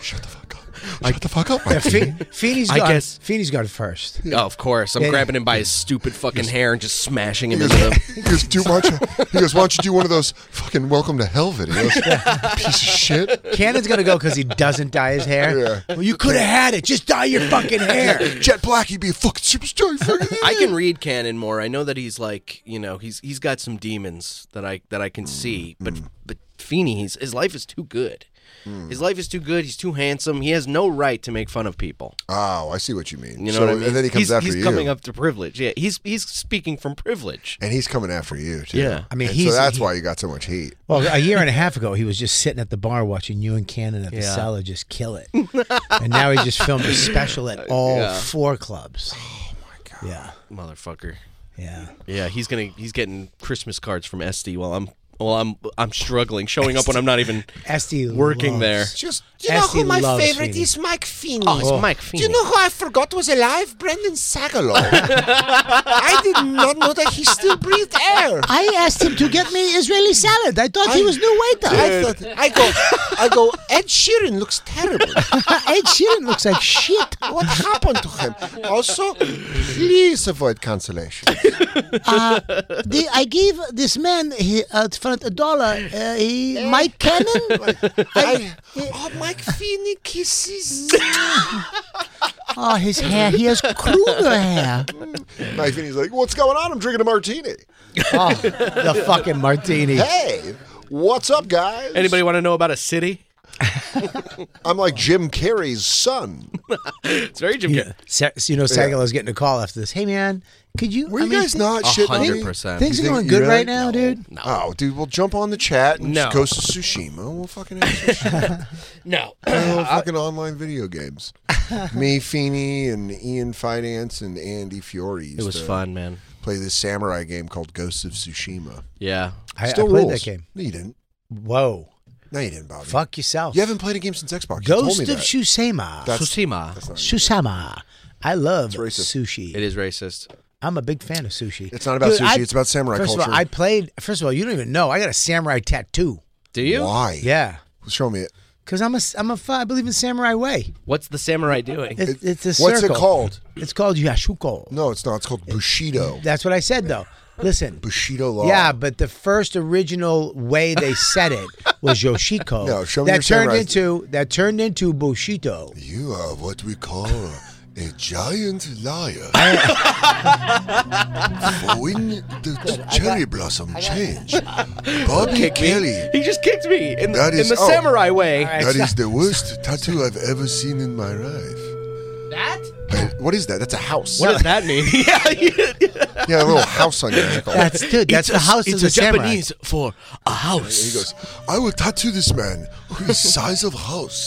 Speaker 2: "Shut the fuck up! Shut the fuck up!" Mike."
Speaker 1: Fe- Feeney's
Speaker 6: I
Speaker 1: gone.
Speaker 6: guess-
Speaker 1: Feeney's gone first.
Speaker 6: Oh, of course. I'm
Speaker 1: Yeah.
Speaker 6: grabbing him by his stupid fucking hair and just smashing him
Speaker 2: He
Speaker 6: into
Speaker 2: goes,
Speaker 6: the.
Speaker 2: he goes, "Do much." He goes, "Why don't you do one of those fucking welcome to hell videos?" Piece of shit.
Speaker 1: Cannon's gonna go because he doesn't dye his hair.
Speaker 2: Yeah.
Speaker 1: Well, you could have had it. Just dye your fucking hair.
Speaker 2: Jet Black, you'd be a fucking superstar. you fucking-
Speaker 6: I can read Cannon more. I know that he's like, you know, he's he's got some demons that I that I can
Speaker 2: Mm,
Speaker 6: see. But but Feeney, he's, his life is too good.
Speaker 2: Mm.
Speaker 6: His life is too good. He's too handsome. He has no right to make fun of people.
Speaker 2: Oh, I see what you mean.
Speaker 6: You know
Speaker 2: So-
Speaker 6: what I mean?
Speaker 2: And then he comes
Speaker 6: he's,
Speaker 2: after
Speaker 6: he's
Speaker 2: you.
Speaker 6: coming up to privilege. Yeah, he's he's speaking from privilege.
Speaker 2: And he's coming after you too.
Speaker 6: Yeah.
Speaker 1: I mean,
Speaker 2: And
Speaker 1: he's-
Speaker 2: so that's
Speaker 1: he-
Speaker 2: why you got so much heat.
Speaker 1: Well, a year and a half ago, he was just sitting at the bar watching you and Cannon at the cellar just kill it, and now he just filmed a special at all four clubs. Oh my god! Yeah,
Speaker 6: Motherfucker.
Speaker 1: yeah.
Speaker 6: Yeah, he's gonna he's getting Christmas cards from Esty while I'm while I'm I'm struggling, showing up when I'm not even
Speaker 1: Esty
Speaker 6: working
Speaker 1: loves-
Speaker 6: there.
Speaker 7: Just, do you know
Speaker 1: Esty
Speaker 7: who my
Speaker 1: loves
Speaker 7: favorite
Speaker 1: Feeney.
Speaker 7: is? Mike Feeney.
Speaker 6: Oh, Mike
Speaker 7: Do you know who I forgot was alive? Brendan Sagalow. I did not know that he still breathed air.
Speaker 1: I asked him to get me Israeli salad. I thought he
Speaker 7: I-
Speaker 1: was new waiter.
Speaker 7: I thought, I go, I go. Ed Sheeran looks terrible.
Speaker 1: Ed Sheeran looks like shit.
Speaker 7: What happened to him? Also,
Speaker 2: Please avoid cancellation.
Speaker 1: Uh, the, I gave this man he, out front a dollar. Uh, he, Mike Cannon.
Speaker 7: I, oh, Mike Feeney kisses.
Speaker 1: Oh, his hair. He has Kruger hair.
Speaker 2: Mike Finney's like, what's going on? I'm drinking a martini.
Speaker 1: Oh, the fucking martini.
Speaker 2: Hey, what's up, guys?
Speaker 6: Anybody want to know about a city?
Speaker 2: I'm like Jim Carrey's son.
Speaker 6: It's very Jim.
Speaker 1: Yeah. Sa- so, you know, Sagalo's getting a call after this. Hey, man, could you?
Speaker 2: Were you
Speaker 1: I mean, Oh,
Speaker 2: guys
Speaker 1: thi-
Speaker 2: not shitting me?
Speaker 6: 100%.
Speaker 1: Things
Speaker 2: You think-
Speaker 1: are going
Speaker 2: you
Speaker 1: good
Speaker 2: really-
Speaker 1: right now,
Speaker 2: No.
Speaker 1: dude.
Speaker 2: Oh, dude, we'll jump on the chat and
Speaker 6: No.
Speaker 2: just Ghost of Tsushima. We'll fucking have Tsushima.
Speaker 6: No.
Speaker 2: Oh, fucking online video games. me, Feeney, and Ian Finance and Andy Fiore. used
Speaker 6: It was
Speaker 2: to
Speaker 6: fun, man.
Speaker 2: Play this samurai game called Ghost of Tsushima.
Speaker 6: Yeah.
Speaker 1: I,
Speaker 2: Still
Speaker 1: I played
Speaker 2: rules.
Speaker 1: that game.
Speaker 2: No, you didn't.
Speaker 1: Whoa.
Speaker 2: No, you didn't, Bobby.
Speaker 1: Fuck yourself.
Speaker 2: You haven't played a game since Xbox. You told
Speaker 1: Ghost
Speaker 2: me
Speaker 1: of
Speaker 2: that.
Speaker 1: Shusama.
Speaker 2: That's-
Speaker 6: Tsushima.
Speaker 1: Shusama. I love
Speaker 2: racist.
Speaker 1: sushi.
Speaker 6: It is racist.
Speaker 1: I'm a big fan of sushi.
Speaker 2: It's not about sushi, it's about samurai
Speaker 1: first Of all,
Speaker 2: culture.
Speaker 1: I played. First of all, you don't even know. I got a samurai tattoo.
Speaker 6: Do you?
Speaker 2: Why?
Speaker 1: Yeah,
Speaker 2: Show me it.
Speaker 1: because I'm a I'm a fi- I believe in samurai way.
Speaker 6: What's the samurai doing?
Speaker 1: It's, it's a
Speaker 2: What's
Speaker 1: circle.
Speaker 2: it called?
Speaker 1: It's called yashuko.
Speaker 2: No, it's not. It's called Bushido.
Speaker 1: That's what I said though. Listen.
Speaker 2: Bushido law.
Speaker 1: Yeah, but the first original way they said it was Yoshiko.
Speaker 2: No, show me
Speaker 1: that
Speaker 2: your
Speaker 1: turned
Speaker 2: samurai-
Speaker 1: into that turned into Bushido.
Speaker 2: You are what we call a giant liar. When the cherry blossom change, Bobby Kelly.
Speaker 6: He just kicked me in,
Speaker 2: That is-
Speaker 6: in the
Speaker 2: oh.
Speaker 6: samurai way.
Speaker 2: That is the worst tattoo I've ever seen in my life. That? What is that? That's a house.
Speaker 6: What does that mean? yeah, yeah.
Speaker 2: Yeah, a little house on your ankle.
Speaker 1: That's dude. That's the house of the samurai.
Speaker 6: for a house.
Speaker 2: He goes, I will tattoo this man with size of house.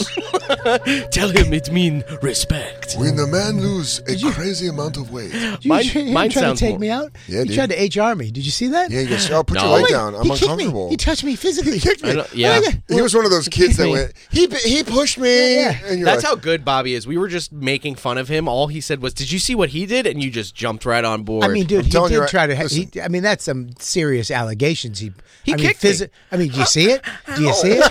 Speaker 6: Tell him it means respect. correct.
Speaker 2: When the man lose a crazy amount of weight.
Speaker 1: You,
Speaker 6: Mine-
Speaker 1: you
Speaker 6: mine
Speaker 1: trying to
Speaker 6: sounds
Speaker 1: take
Speaker 6: more-
Speaker 1: me out?
Speaker 2: Yeah,
Speaker 1: you
Speaker 2: dude.
Speaker 1: tried to HR me. Did you see that?
Speaker 2: Yeah, you go, oh, put your
Speaker 6: No.
Speaker 2: leg
Speaker 6: Wait,
Speaker 2: down. I'm
Speaker 1: he kicked me.
Speaker 2: uncomfortable.
Speaker 1: He touched me physically. He kicked
Speaker 6: I don't- yeah.
Speaker 2: He was one of those kids that
Speaker 1: me.
Speaker 2: went, he, he pushed me.
Speaker 1: Yeah, yeah.
Speaker 2: And you're
Speaker 6: That's
Speaker 2: like,
Speaker 6: how good Bobby is. We were just making fun of him. All he said was, "Did you see what he did?" And you just jumped right on board.
Speaker 1: I mean, dude, he
Speaker 2: telling
Speaker 1: did
Speaker 2: you right-
Speaker 1: try to. He,
Speaker 2: listen.
Speaker 1: I mean, that's some serious allegations. He,
Speaker 6: He
Speaker 1: I mean,
Speaker 6: kicked me.
Speaker 1: I mean, do you see it? Do you see it?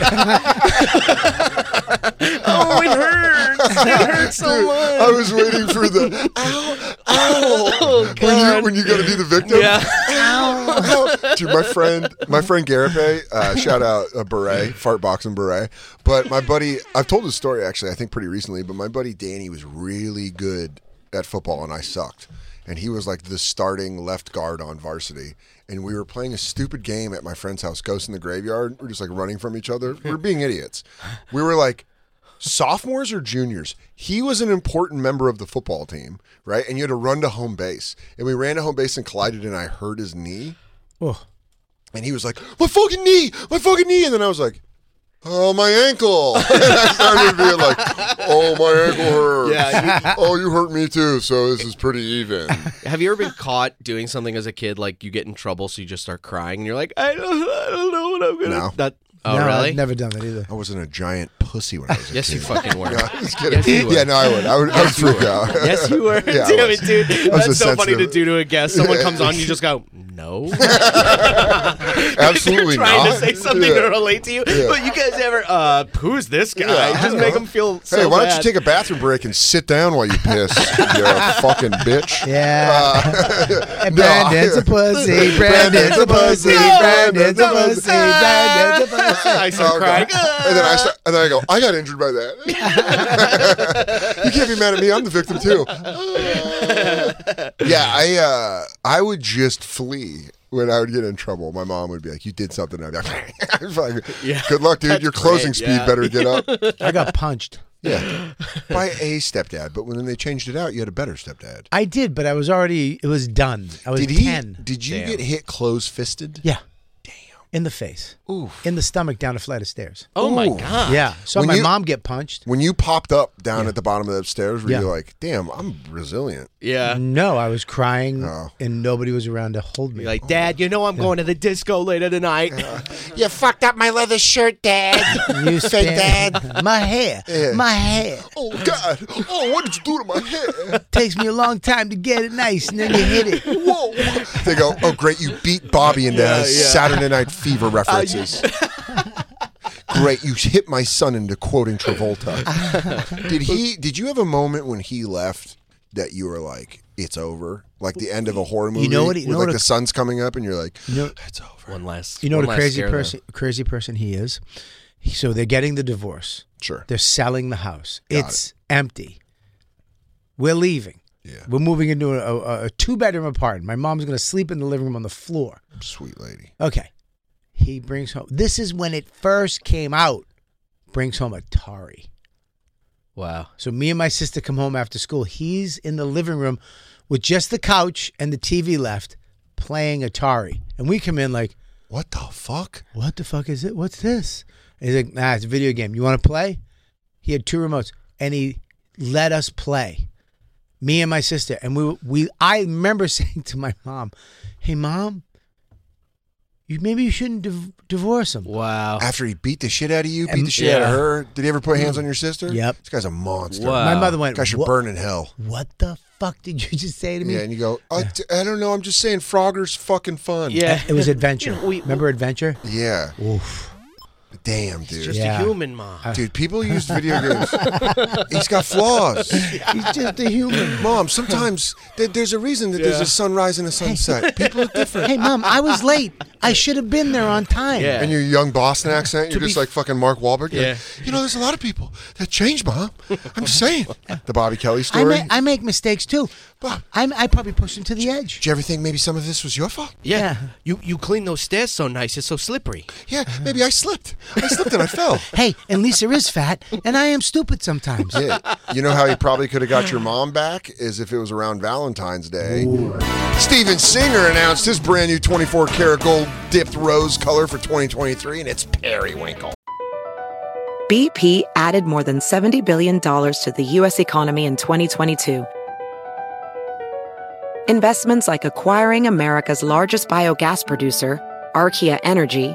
Speaker 6: oh, it hurts. It hurts so much.
Speaker 2: I was waiting for the ow, ow. when you when you got to be the victim.
Speaker 6: Yeah.
Speaker 2: Ow, ow. Dude, my friend, my friend Garape, uh, shout out uh, Beret, fart box and Beret. But my buddy, I've told this story actually, I think pretty recently. But my buddy Danny was really good at football, and I sucked. And he was like the starting left guard on varsity. And we were playing a stupid game at my friend's house, Ghost in the Graveyard. We're just like running from each other. We're being idiots. We were like, sophomores or juniors, he was an important member of the football team, right? And you had to run to home base. And we ran to home base and collided, and I hurt his knee.
Speaker 1: Oh.
Speaker 2: And he was like, my fucking knee, my fucking knee. And then I was like, oh, my ankle. and I started being like, oh, my ankle hurts.
Speaker 6: Yeah,
Speaker 2: oh, you hurt me too. So this is pretty even.
Speaker 6: Have you ever been caught doing something as a kid? Like you get in trouble, so you just start crying, and you're like, "I don't, I don't know what I'm gonna."
Speaker 2: No.
Speaker 6: That, oh,
Speaker 1: no,
Speaker 6: really?
Speaker 1: I've never done that either.
Speaker 2: I wasn't a giant pussy when I was a
Speaker 6: Yes,
Speaker 2: kid.
Speaker 6: you fucking were.
Speaker 2: No, I'm just kidding.
Speaker 6: Yes, you were.
Speaker 2: yeah, no, I would. I would, I would freak out.
Speaker 6: Yes, you were.
Speaker 2: Yeah, I
Speaker 6: Damn
Speaker 2: was.
Speaker 6: it, dude.
Speaker 2: I was
Speaker 6: That's
Speaker 2: a
Speaker 6: so funny to
Speaker 2: sensitive-
Speaker 6: do to a guest. Someone comes on, you just go, no.
Speaker 2: Absolutely
Speaker 6: They're trying
Speaker 2: not.
Speaker 6: to say something
Speaker 2: Yeah.
Speaker 6: to relate to you, but you guys ever, uh, who's this guy?
Speaker 2: Yeah, I
Speaker 6: just
Speaker 2: know.
Speaker 6: make them feel so
Speaker 2: hey, why
Speaker 6: bad.
Speaker 2: don't you take a bathroom break and sit down while you piss? you fucking bitch.
Speaker 1: Yeah.
Speaker 2: Uh,
Speaker 1: And
Speaker 2: no, I-
Speaker 1: Brandon's a pussy. Brandon's a pussy.
Speaker 2: No,
Speaker 1: Brandon's a
Speaker 2: no.
Speaker 1: pussy. Brandon's a pussy.
Speaker 6: I start
Speaker 2: Oh,
Speaker 6: crying.
Speaker 2: God. And then I start, and then I go, I got injured by that. you can't be mad at me. I'm the victim too. yeah, I uh, I would just flee when I would get in trouble. My mom would be like, "You did something." I'd be like, I'm fucking- "Good luck, dude. Your closing
Speaker 6: great,
Speaker 2: speed
Speaker 6: yeah.
Speaker 2: better get up."
Speaker 1: I got punched.
Speaker 2: Yeah, by a stepdad. But when they changed it out, you had a better stepdad.
Speaker 1: I did, but I was already. It was done. I was
Speaker 2: Did he?
Speaker 1: ten.
Speaker 2: Did you get hit close fisted?
Speaker 1: Yeah. Damn. In the face. Oof. In the stomach, down a flight of stairs.
Speaker 6: Oh my god.
Speaker 1: Yeah. So
Speaker 2: When
Speaker 1: my
Speaker 2: you-
Speaker 1: mom get punched.
Speaker 2: When you popped up down at the bottom of the stairs, were
Speaker 1: Yeah.
Speaker 2: you like, "Damn, I'm resilient"?
Speaker 6: Yeah.
Speaker 1: No, I was crying,
Speaker 2: Oh.
Speaker 1: and nobody was around to hold me.
Speaker 6: You're like, Dad, you know I'm going to the disco later tonight.
Speaker 7: You fucked up my leather shirt, Dad.
Speaker 1: you
Speaker 7: Say,
Speaker 1: stand- my hair,
Speaker 2: Yeah.
Speaker 1: my hair
Speaker 2: Oh God! Oh, what did you do to my head?
Speaker 1: takes me a long time to get it nice, and then you hit it.
Speaker 2: Whoa! They go, "Oh, great! You beat Bobby into Saturday Night Fever references." great! You hit my son into quoting Travolta. did he? Did you have a moment when he left that you were like, "It's over"? Like the end of a horror movie.
Speaker 1: know what it- you
Speaker 2: with like
Speaker 1: know what Mm-hmm.
Speaker 2: the
Speaker 1: it-
Speaker 2: sun's coming up, and you're like,
Speaker 1: know-
Speaker 2: "It's over."
Speaker 6: One last.
Speaker 1: You know
Speaker 6: one
Speaker 1: what
Speaker 6: last
Speaker 1: a crazy
Speaker 6: scare, though.
Speaker 1: person, crazy person he is. He- So they're getting the divorce.
Speaker 2: Sure.
Speaker 1: They're selling the house. it's empty. We're leaving.
Speaker 2: Yeah.
Speaker 1: We're moving into a, a, a two bedroom apartment. My mom's going to sleep in the living room on the floor.
Speaker 2: Sweet lady.
Speaker 1: Okay. He brings home. This is when it first came out. Brings home a Atari.
Speaker 6: Wow.
Speaker 1: So me and my sister come home after school. He's in the living room with just the couch and the TV left playing Atari. And we come in like,
Speaker 2: What the fuck?
Speaker 1: what the fuck is it? What's this? And he's like, nah, it's a video game. You want to play? He had two remotes and he let us play. Me and my sister. And we we I remember saying to my mom, Hey mom, you maybe you shouldn't div- divorce him.
Speaker 6: Wow.
Speaker 2: After he beat the shit out of you, beat
Speaker 1: Oh. And- Mm.
Speaker 2: the shit out of
Speaker 6: Yeah.
Speaker 2: her. Did he ever put hands on your sister?
Speaker 1: Yep.
Speaker 2: This guy's a monster.
Speaker 6: Wow.
Speaker 1: My mother went,
Speaker 2: Guy should
Speaker 1: what,
Speaker 2: burn in hell.
Speaker 1: what the fuck did you just say to me?
Speaker 2: Yeah, and you go, I, d- I don't know. I'm just saying, Frogger's fucking fun.
Speaker 6: Yeah.
Speaker 1: It was adventure.
Speaker 6: You know, we-
Speaker 1: Remember adventure?
Speaker 2: Yeah.
Speaker 1: Oof.
Speaker 2: Damn, dude.
Speaker 6: Just
Speaker 1: Yeah.
Speaker 6: a human, mom.
Speaker 2: Dude, people use video games. He's got flaws.
Speaker 1: He's just a human.
Speaker 2: Mom, sometimes th- there's a reason that there's a sunrise and a sunset. People are different.
Speaker 1: Hey, mom, I was late. I should have been there on time.
Speaker 6: Yeah.
Speaker 2: And your young Boston accent, you're
Speaker 6: be
Speaker 2: just like fucking Mark Wahlberg. You're
Speaker 6: Yeah.
Speaker 2: like, you know, there's a lot of people that change, Mom. I'm just saying. The Bobby Kelly
Speaker 1: I,
Speaker 2: story.
Speaker 1: ma- I make mistakes too.
Speaker 2: Bob.
Speaker 1: I'm, I probably pushed him to the edge.
Speaker 2: Did you ever think maybe some of this was your fault?
Speaker 6: Yeah.
Speaker 1: Yeah.
Speaker 6: You you clean those stairs so nice. It's so slippery.
Speaker 2: Yeah, maybe I slipped. I slipped and I fell.
Speaker 1: Hey, and Lisa is fat, and I am stupid sometimes.
Speaker 2: Yeah. You know how you probably could have got your mom back is if it was around Valentine's Day. Steven Singer announced his brand new 24 karat gold dipped rose color for 2023, and it's periwinkle.
Speaker 8: BP added more than $70 billion to the U.S. economy in 2022. Investments like acquiring America's largest biogas producer, Archaea Energy,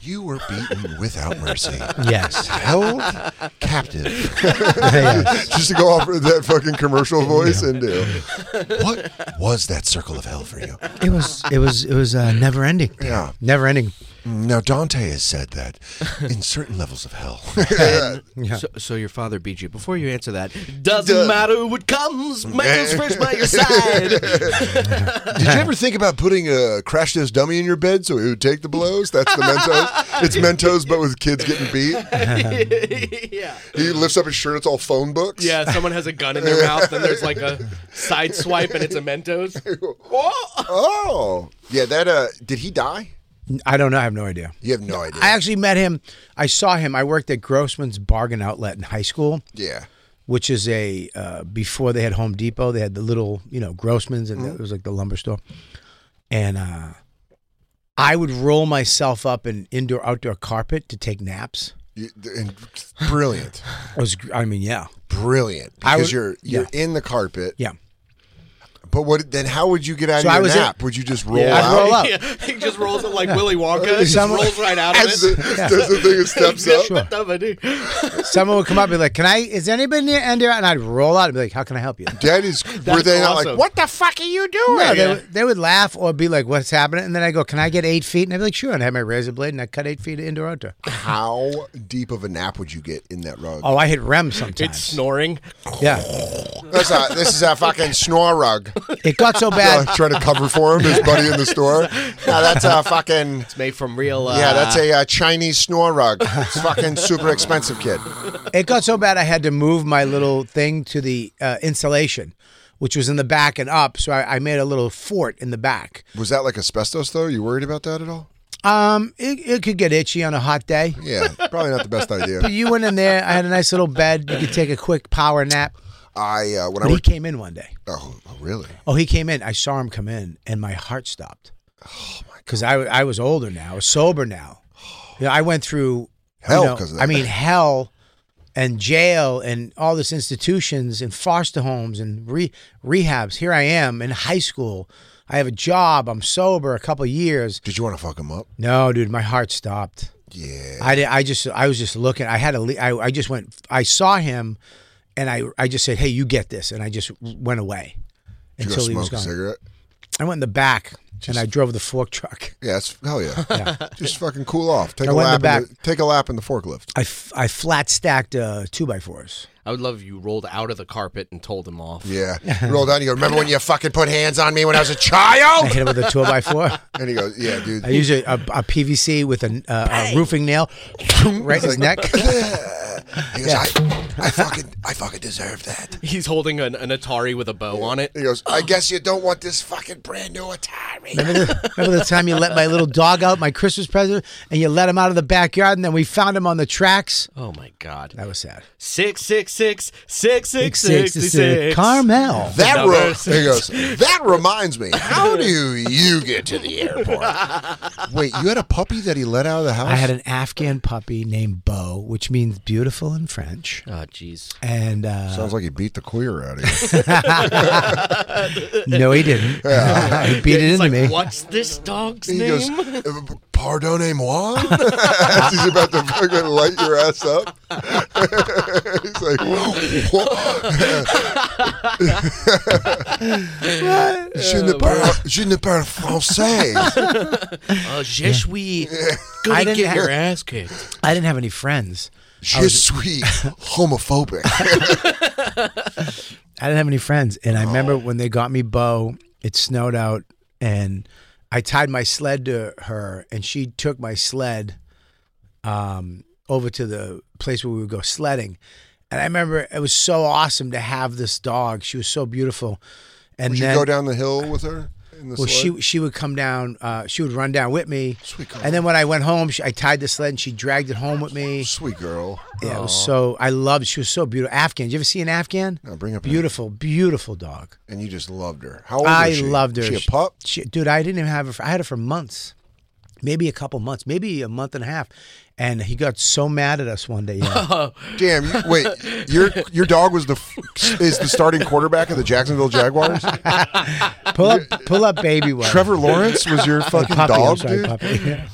Speaker 9: You were beaten without mercy.
Speaker 1: Yes.
Speaker 9: Held captive.
Speaker 2: Just to go off of that fucking commercial voice and do.
Speaker 9: What was that circle of hell for you?
Speaker 1: It was it was it was uh, never ending.
Speaker 9: Yeah.
Speaker 1: Never ending.
Speaker 9: Now, Dante has said that in certain levels of hell.
Speaker 1: Yeah.
Speaker 6: So, so your father beat you. Before you answer that, doesn't matter what comes, mango's fresh by your side.
Speaker 2: Did you ever think about putting a crash test dummy in your bed so it would take the blows? That's the Mentos. It's Mentos, but with kids getting beat.
Speaker 6: yeah.
Speaker 2: He lifts up his shirt; it's all phone books.
Speaker 6: Yeah, someone has a gun in their mouth and there's like a side swipe and it's a Mentos. Whoa!
Speaker 2: Oh, yeah. That uh, did he die?
Speaker 1: I don't know. I have no idea.
Speaker 2: You have no idea.
Speaker 1: I actually met him. I saw him. I worked at Grossman's Bargain Outlet in high school,
Speaker 2: yeah.
Speaker 1: which is a uh, before they had Home Depot. They had the little, you know, Grossman's, and it was like the lumber store. And uh, I would roll myself up in indoor outdoor carpet to take naps.
Speaker 2: You, and brilliant,
Speaker 1: I was, I mean, yeah,
Speaker 2: brilliant.
Speaker 1: I
Speaker 2: Because
Speaker 1: would-
Speaker 2: you're you're in the carpet.
Speaker 1: yeah.
Speaker 2: But what? Then how would you get out
Speaker 1: So
Speaker 2: of
Speaker 1: I
Speaker 2: your
Speaker 1: was in-
Speaker 2: nap? would you just roll
Speaker 1: I'd
Speaker 2: out?
Speaker 1: roll up.
Speaker 6: Yeah, he just rolls it like Willy Wonka. He just
Speaker 1: Some-
Speaker 6: rolls right out of
Speaker 2: As
Speaker 6: it.
Speaker 2: the, does the thing that steps up.
Speaker 1: Sure. Someone would come up and be like, "Can I? Is anybody near Ender?" And I'd roll out and be like, "How can I help you?"
Speaker 2: That is. were they not
Speaker 6: awesome.
Speaker 2: like? What?
Speaker 7: What the fuck are you doing?
Speaker 1: No, they, would, they would laugh or be like, "What's happening?" And then I go, "Can I get eight feet?" And I'd be like, "Sure." And I had my razor blade and I cut eight feet of indoor outdoor.
Speaker 2: How deep of a nap would you get in that rug?
Speaker 1: Oh, I hit REM sometimes.
Speaker 6: It's snoring.
Speaker 1: yeah,
Speaker 2: That's not, this is a fucking snore rug.
Speaker 1: it got so
Speaker 2: Uh,
Speaker 1: bad.
Speaker 2: trying to cover for him, his buddy in the store.
Speaker 7: No, that's a fucking.
Speaker 6: It's made from real. Uh,
Speaker 2: Yeah, that's a uh, Chinese snore rug. It's fucking super expensive, kid.
Speaker 1: It got so bad I had to move my little thing to the uh, insulation, which was in the back and up. So I, I made a little fort in the back.
Speaker 2: Was that like asbestos though? You worried about that at all?
Speaker 1: Um, it, it could get itchy on a hot day.
Speaker 2: Yeah, probably not the best
Speaker 1: But
Speaker 2: idea.
Speaker 1: you went in there. I had a nice little bed. You could take a quick power nap.
Speaker 2: I uh, when I
Speaker 1: But he
Speaker 2: worked.
Speaker 1: came in one day.
Speaker 2: Oh, oh, really?
Speaker 1: Oh, he came in. I saw him come in, and my heart stopped. Oh my! Because I I was older now, I was sober now. You know, I went through
Speaker 2: Hell
Speaker 1: you know,
Speaker 2: 'cause of
Speaker 1: I
Speaker 2: that.
Speaker 1: mean hell, and jail, and all this institutions, and foster homes, and re- rehabs. Here I am in high school. I have a job. I'm sober a couple years.
Speaker 2: Did you want to fuck him up?
Speaker 1: No, dude, my heart stopped. Yeah. I did, I just I was just looking. I had a le- I I just went. I saw him, and I I just said, "Hey, you get this," and I just went away
Speaker 2: Did you go smoke a cigarette?
Speaker 1: I went in the back and I drove the fork truck.
Speaker 2: Yeah, it's, hell yeah. Just fucking cool off. Take
Speaker 1: I
Speaker 2: a
Speaker 1: went in
Speaker 2: lap.
Speaker 1: the
Speaker 2: in the- take a lap in the forklift.
Speaker 1: I, f- I flat stacked uh, two by fours.
Speaker 6: I would love if you rolled out of the carpet and told him off.
Speaker 2: Yeah. Roll down. You go. Remember when you fucking put hands on me when I was a child?
Speaker 1: I hit him with a two by four.
Speaker 2: And he goes, "Yeah, dude."
Speaker 1: I used a, a, a PVC with a, uh, a roofing nail right in his neck.
Speaker 2: He goes, I,
Speaker 1: Yeah.
Speaker 2: I fucking, I fucking deserve that.
Speaker 6: He's holding an, an Atari with a bow on it.
Speaker 2: He goes, I guess you don't want this fucking brand new Atari.
Speaker 1: Remember the, remember the time you let my little dog out, my Christmas present, and you let him out of the backyard, and then we found him on the tracks?
Speaker 6: Oh my god,
Speaker 1: that was sad.
Speaker 6: Six six six six six
Speaker 1: Six,
Speaker 6: six
Speaker 1: six, six. Carmel.
Speaker 2: That
Speaker 6: Number
Speaker 2: re-
Speaker 6: six.
Speaker 2: he goes, that reminds me. How do you get to the airport? Wait, you had a puppy that he let out of the house?
Speaker 1: I had an Afghan puppy named Bo, which means beautiful in French.
Speaker 6: Oh, jeez.
Speaker 1: And uh,
Speaker 2: Sounds like he beat the queer out of you.
Speaker 1: no, he didn't.
Speaker 2: Yeah.
Speaker 1: he beat it into me.
Speaker 6: What's this dog's
Speaker 2: He goes, "Uh,
Speaker 6: name?
Speaker 2: Pardonnez-moi? As he's about to fucking light your ass up. he's like, what? je,
Speaker 1: Oh,
Speaker 2: ne parle, je ne parle français.
Speaker 6: uh, je suis
Speaker 1: I
Speaker 6: gonna
Speaker 1: didn't
Speaker 6: get
Speaker 1: have-
Speaker 6: your ass kicked.
Speaker 1: I didn't have any friends. I
Speaker 2: Je
Speaker 1: was-
Speaker 2: suis homophobic.
Speaker 1: I didn't have any friends, and I
Speaker 2: Oh.
Speaker 1: remember when they got me Bo. It snowed out, and I tied my sled to her, and she took my sled um, over to the place where we would go sledding. And I remember it was so awesome to have this dog. She was so beautiful. And
Speaker 2: Would you
Speaker 1: then,
Speaker 2: go down the hill with her? In the
Speaker 1: well,
Speaker 2: sled?
Speaker 1: she she would come down. Uh, she would run down with me. Sweet girl. And then when I went home, she, I tied the sled and she dragged it home with me.
Speaker 2: Sweet girl.
Speaker 1: Yeah, it was
Speaker 2: Aw.
Speaker 1: so. I loved. She was so beautiful. Afghan. Did you ever see an Afghan?
Speaker 2: No, bring up an-
Speaker 1: Beautiful, beautiful dog.
Speaker 2: and you just loved her. How old
Speaker 1: I
Speaker 2: was she?
Speaker 1: loved her.
Speaker 2: She a pup?
Speaker 1: She, dude, I didn't even have her. For, I had her for months, maybe a couple months, maybe a month and a half. And he got so mad at us one day. yeah.
Speaker 2: Damn! you- Wait, your your dog was the f- is the starting quarterback of the Jacksonville Jaguars.
Speaker 1: pull up, pull up, baby. One.
Speaker 2: Trevor Lawrence was your
Speaker 1: Oh,
Speaker 2: fucking
Speaker 1: puppy, I'm
Speaker 2: dog,
Speaker 1: sorry,
Speaker 2: dude?
Speaker 1: Puppy. Yeah.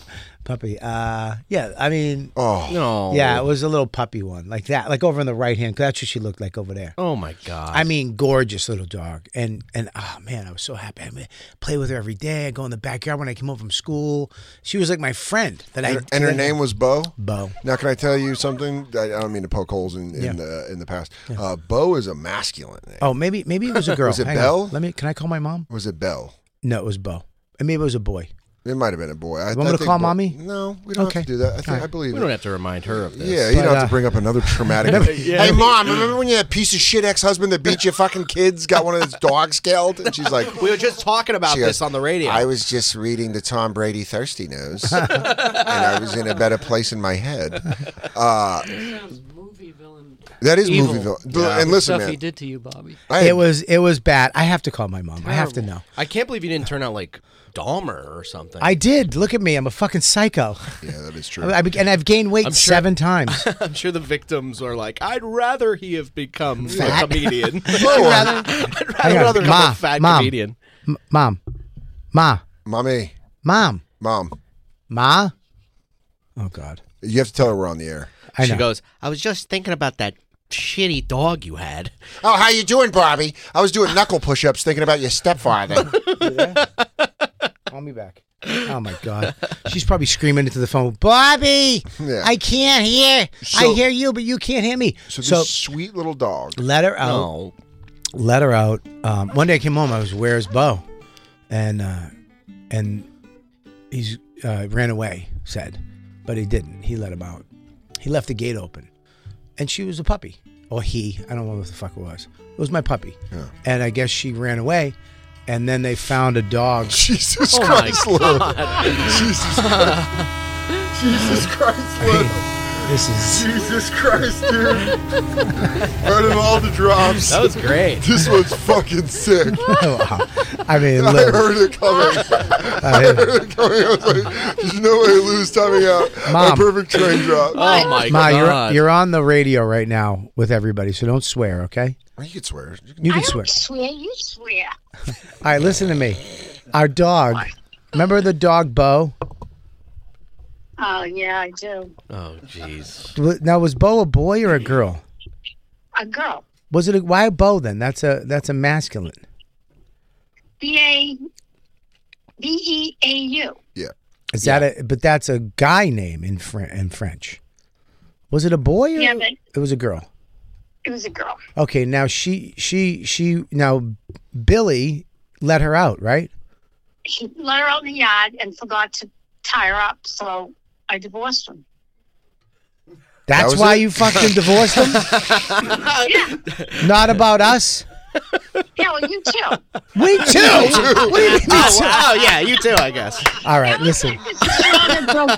Speaker 1: puppy. Uh, yeah. I mean,
Speaker 2: oh
Speaker 6: no.
Speaker 1: Yeah, it was a little puppy one like that, like over in the right hand. 'cause that's what she looked like over there.
Speaker 6: Oh my god.
Speaker 1: I mean, gorgeous little dog, and and oh man, I was so happy. I mean, play with her every day. I go in the backyard when I came home from school. She was like my friend that I
Speaker 2: And her, and her
Speaker 1: that I-
Speaker 2: name was Bo.
Speaker 1: Bo.
Speaker 2: Now, can I tell you something? I, I don't mean to poke holes in in, the, in the past. Uh, Bo is a masculine name.
Speaker 1: Oh, maybe maybe it was a girl.
Speaker 2: Was it
Speaker 1: Hang on.
Speaker 2: Belle?
Speaker 1: Let me. Can I call my mom?
Speaker 2: Was it Bell?
Speaker 1: No, it was Bo. And maybe it was a boy.
Speaker 2: It might have been a boy. I,
Speaker 1: You
Speaker 2: I
Speaker 1: want me to
Speaker 2: think
Speaker 1: call
Speaker 2: Bo-
Speaker 1: mommy?
Speaker 2: No, we don't
Speaker 1: Okay.
Speaker 2: have to do that. I, think,
Speaker 1: All right.
Speaker 2: I believe
Speaker 6: we
Speaker 2: it.
Speaker 6: don't have to remind her of this.
Speaker 2: Yeah, you
Speaker 1: But,
Speaker 2: don't
Speaker 1: uh,
Speaker 2: have to bring up another traumatic. Hey, mom, remember when you had a piece of shit ex husband that beat your fucking kids, got one of his dogs killed? And she's like,
Speaker 6: We were just talking about
Speaker 2: She goes,
Speaker 6: this on the radio.
Speaker 2: I was just reading the Tom Brady Thirsty News, and I was in a better place in my head. Uh, that is
Speaker 10: Evil.
Speaker 2: movie villain. And listen,
Speaker 10: stuff
Speaker 2: man,
Speaker 10: he did to you, Bobby.
Speaker 2: I-
Speaker 1: it was it was bad. I have to call my mom. I have to know.
Speaker 6: I can't believe you didn't turn out like Dahmer or something.
Speaker 1: I did. Look at me. I'm a fucking psycho.
Speaker 2: Yeah, that is true.
Speaker 1: I, I be- and I've gained weight
Speaker 6: I'm sure-
Speaker 1: seven times.
Speaker 6: I'm sure the victims are like, I'd rather he have become a
Speaker 1: Fat.
Speaker 6: comedian.
Speaker 1: I'd rather-
Speaker 6: I'd
Speaker 1: Hang on.
Speaker 6: rather become
Speaker 1: Ma,
Speaker 6: a fat
Speaker 1: Mom.
Speaker 6: comedian.
Speaker 1: M- mom, ma,
Speaker 2: mommy,
Speaker 1: mom,
Speaker 2: mom,
Speaker 1: ma. Oh God.
Speaker 2: you have to tell her we're on the air.
Speaker 1: I
Speaker 6: she
Speaker 1: know.
Speaker 6: goes, I was just thinking about that shitty dog you had.
Speaker 2: Oh, how you doing, Bobby? I was doing knuckle push-ups thinking about your stepfather.
Speaker 1: Call me back. Oh my God. She's probably screaming into the phone. Bobby,
Speaker 2: Yeah.
Speaker 1: I can't hear.
Speaker 2: So-
Speaker 1: I hear you, but you can't hear me.
Speaker 2: So
Speaker 1: So,
Speaker 2: this sweet little dog.
Speaker 1: let
Speaker 6: Oh.
Speaker 1: her out.
Speaker 6: No.
Speaker 1: let her out. Um, one day I came home. I was, "Where's Bo?" And uh, and he's uh, ran away. Said, but he didn't. He let him out. He left the gate open, and she was a puppy, or he. I don't know what the fuck it was. It was my puppy.
Speaker 2: Yeah.
Speaker 1: And I guess she ran away, and then they found a dog.
Speaker 2: Jesus
Speaker 6: Oh my
Speaker 2: Christ, Lord. Jesus Christ. Jesus Christ, Lord.
Speaker 1: This is
Speaker 2: Jesus Christ, dude. Running all the drops.
Speaker 6: That was great.
Speaker 2: This was fucking sick.
Speaker 1: wow. I mean,
Speaker 2: I
Speaker 1: look,
Speaker 2: heard it coming. I
Speaker 1: mean-
Speaker 2: heard it coming. I was like, there's no way Lou's timing out. A
Speaker 1: Mom.
Speaker 2: perfect train drop.
Speaker 6: Oh my
Speaker 1: Ma,
Speaker 6: god.
Speaker 1: you're you're on the radio right now with everybody, so don't swear, okay?
Speaker 2: Oh, you could swear.
Speaker 1: You can swear.
Speaker 11: swear, you swear.
Speaker 1: All right, listen to me. Our dog. Remember the dog Bo?
Speaker 10: Oh yeah, I do.
Speaker 6: Oh, jeez.
Speaker 1: W- Now was Bo a boy or a girl?
Speaker 10: A girl.
Speaker 1: Was it a, why a Bo then? That's a that's a masculine.
Speaker 10: B A B E A U.
Speaker 1: Is that a but that's a guy name in Fr- in French. Was it a boy or
Speaker 10: Yeah, but-
Speaker 1: it was a girl?
Speaker 10: It was a girl.
Speaker 1: Okay, now she she she now Billy let her out, right?
Speaker 10: He let her out in the yard and forgot to tie her up, so I divorced him.
Speaker 1: That's
Speaker 10: was
Speaker 1: why
Speaker 10: it?
Speaker 1: you fucked him, divorced him.
Speaker 10: yeah.
Speaker 1: Not about us.
Speaker 10: Yeah, well, you too.
Speaker 1: We too. What do you mean we
Speaker 6: Oh,
Speaker 1: too?
Speaker 6: wow, yeah, you too, I guess.
Speaker 1: All right, listen.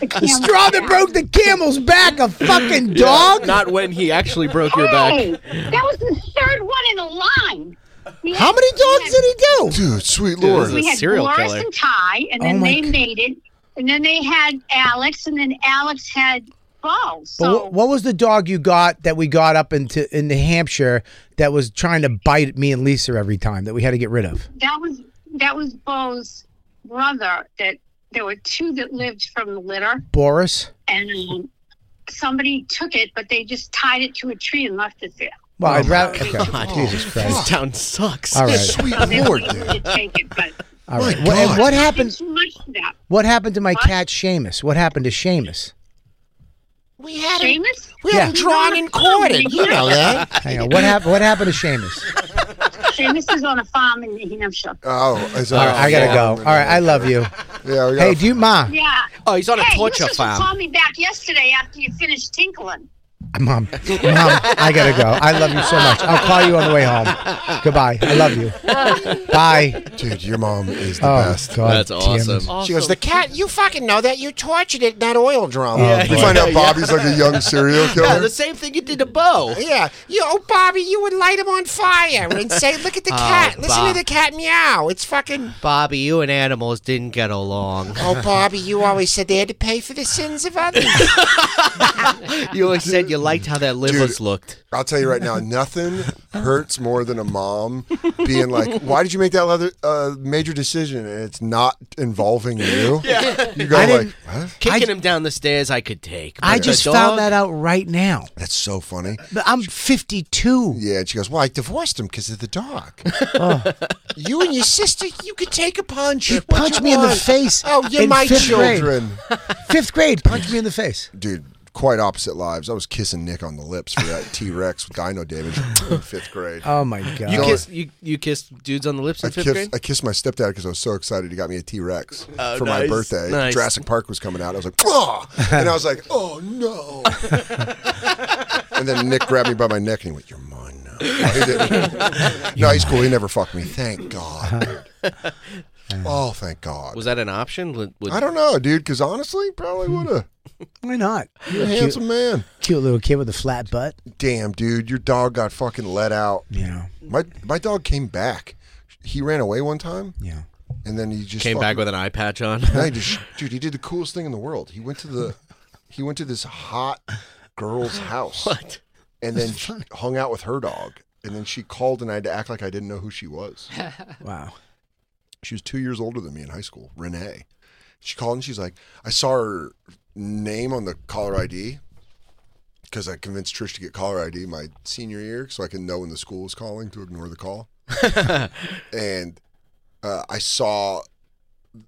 Speaker 1: The
Speaker 10: camel's
Speaker 1: straw that broke the camel's back, a fucking
Speaker 6: Yeah,
Speaker 1: dog.
Speaker 6: not when he actually broke your
Speaker 7: Oh.
Speaker 10: Hey,
Speaker 6: back.
Speaker 10: that was the third one in the line. We
Speaker 1: How
Speaker 10: had-
Speaker 1: many dogs did he do?
Speaker 2: Dude, sweet
Speaker 6: Dude,
Speaker 2: lord.
Speaker 6: this
Speaker 10: We
Speaker 6: is a
Speaker 10: had
Speaker 6: serial
Speaker 10: Boris
Speaker 6: killer.
Speaker 10: and Ty, and
Speaker 1: Oh
Speaker 10: then
Speaker 1: my
Speaker 10: they
Speaker 1: g-
Speaker 10: made it, and then they had Alex, and then Alex had Bo.
Speaker 1: But
Speaker 10: So
Speaker 1: what, what was the dog you got that we got up into in New Hampshire that was trying to bite me and Lisa every time that we had to get rid of?
Speaker 10: that was that was Bo's brother. That there were two that lived from the litter,
Speaker 1: Boris.
Speaker 10: and um, somebody took it, but they just tied it to a tree and left it there.
Speaker 1: Well,
Speaker 6: Oh
Speaker 1: I'd
Speaker 6: my
Speaker 1: rather.
Speaker 6: God.
Speaker 1: Okay. Jesus
Speaker 6: This
Speaker 1: Christ.
Speaker 6: town sucks.
Speaker 1: All right.
Speaker 2: Sweet
Speaker 10: So they
Speaker 2: lord,
Speaker 10: wanted
Speaker 2: dude.
Speaker 10: to take it, but
Speaker 1: All right. What, and what happened?
Speaker 10: too much to that.
Speaker 1: What happened to my
Speaker 10: What?
Speaker 1: cat Seamus? What happened to Seamus?
Speaker 7: We had him.
Speaker 10: Seamus?
Speaker 7: We
Speaker 1: Yeah.
Speaker 7: had him drawn and quartered. You know that.
Speaker 1: Hang on. What happened? What happened to Seamus?
Speaker 10: Seamus is on a farm in New Hampshire.
Speaker 1: Uh,
Speaker 2: Oh, is that-
Speaker 1: All right, I gotta
Speaker 2: yeah.
Speaker 1: go. All right, I love you.
Speaker 2: Yeah, we
Speaker 1: Hey,
Speaker 2: gotta-
Speaker 1: do you, Ma?
Speaker 10: Yeah.
Speaker 6: Oh, he's on a
Speaker 10: hey,
Speaker 6: torture
Speaker 10: you were supposed to
Speaker 6: farm.
Speaker 10: Call me back yesterday after you finished tinkling.
Speaker 1: Mom, mom, I gotta go. I love you so much. I'll call you on the way home. Goodbye. I love you. Bye.
Speaker 2: dude, your mom is the
Speaker 1: Oh
Speaker 2: best.
Speaker 1: God,
Speaker 6: That's
Speaker 1: damn it.
Speaker 6: awesome.
Speaker 7: She goes, the cat, you fucking know that. You tortured it in that oil
Speaker 1: Oh,
Speaker 7: drum.
Speaker 2: Uh, we find out Bobby's like a young serial
Speaker 6: Yeah,
Speaker 2: killer.
Speaker 6: the same thing you did to
Speaker 2: Uh,
Speaker 6: Bo.
Speaker 7: Yeah. You, oh, Bobby, you would light him on fire and say, look at the
Speaker 6: Oh,
Speaker 7: cat. Listen
Speaker 6: Bob.
Speaker 7: to the cat meow. It's fucking.
Speaker 6: Bobby, you and animals didn't get along.
Speaker 7: Oh, Bobby, you always said they had to pay for the sins of others.
Speaker 6: You always said you liked how their livers
Speaker 2: Dude.
Speaker 6: looked.
Speaker 2: I'll tell you right now, nothing hurts more than a mom being like, "Why did you make that leather, uh, major decision?" And it's not involving you. Yeah. You go
Speaker 1: I
Speaker 2: like,
Speaker 1: didn't-
Speaker 2: "What?"
Speaker 6: Kicking him down the stairs, I could take.
Speaker 1: I
Speaker 6: but a
Speaker 1: just
Speaker 6: dog-
Speaker 1: found that out right now.
Speaker 2: That's so funny.
Speaker 1: But I'm 52.
Speaker 2: Yeah, and she goes, "Well, I divorced him because of the dog."
Speaker 7: you and your sister, you could take a punch.
Speaker 1: You
Speaker 7: What
Speaker 1: punched
Speaker 7: you
Speaker 1: me in the
Speaker 7: want.
Speaker 1: face
Speaker 7: Oh, you're
Speaker 1: in
Speaker 7: my
Speaker 1: fifth grade.
Speaker 7: children.
Speaker 2: Children,
Speaker 1: Fifth grade, punch me in the face.
Speaker 2: dude, quite opposite lives. I was kissing Nick on the lips for that T Rex with gyno damage in fifth grade.
Speaker 1: Oh my
Speaker 6: You
Speaker 1: God.
Speaker 2: Don't-
Speaker 6: kissed you, you kissed dudes on the lips in
Speaker 2: I
Speaker 6: fifth
Speaker 2: kissed,
Speaker 6: grade.
Speaker 2: I kissed my stepdad because I was so excited he got me a T Rex
Speaker 6: Oh,
Speaker 2: for my
Speaker 6: nice,
Speaker 2: birthday.
Speaker 6: nice.
Speaker 2: Jurassic Park was coming out. I was like, oh! and I was like, oh no. and then Nick grabbed me by my neck and he went, you're mine now. No, he didn't. no he's cool. He never fucked me. Thank God. oh, thank God.
Speaker 6: Was that an option? Would- would-
Speaker 2: I don't know, dude, because honestly, probably would
Speaker 6: Hmm.
Speaker 2: have.
Speaker 1: Why not?
Speaker 2: You're a handsome man.
Speaker 1: Cute little kid with a flat butt.
Speaker 2: Damn, dude, your dog got fucking let out.
Speaker 1: Yeah.
Speaker 2: My my dog came back. He ran away one time,
Speaker 1: Yeah.
Speaker 2: and then he just
Speaker 6: Came
Speaker 2: fucking-
Speaker 6: back with an eye patch on.
Speaker 2: And I just, dude, he did the coolest thing in the world. He went to the, he went to this hot girl's house,
Speaker 6: What?
Speaker 2: and then she hung out with her dog. And then she called, and I had to act like I didn't know who she was.
Speaker 1: Wow.
Speaker 2: She was two years older than me in high school, Renee. She called, and she's like, I saw her name on the caller ID because I convinced Trish to get caller ID my senior year so I can know when the school was calling to ignore the call. and uh, I saw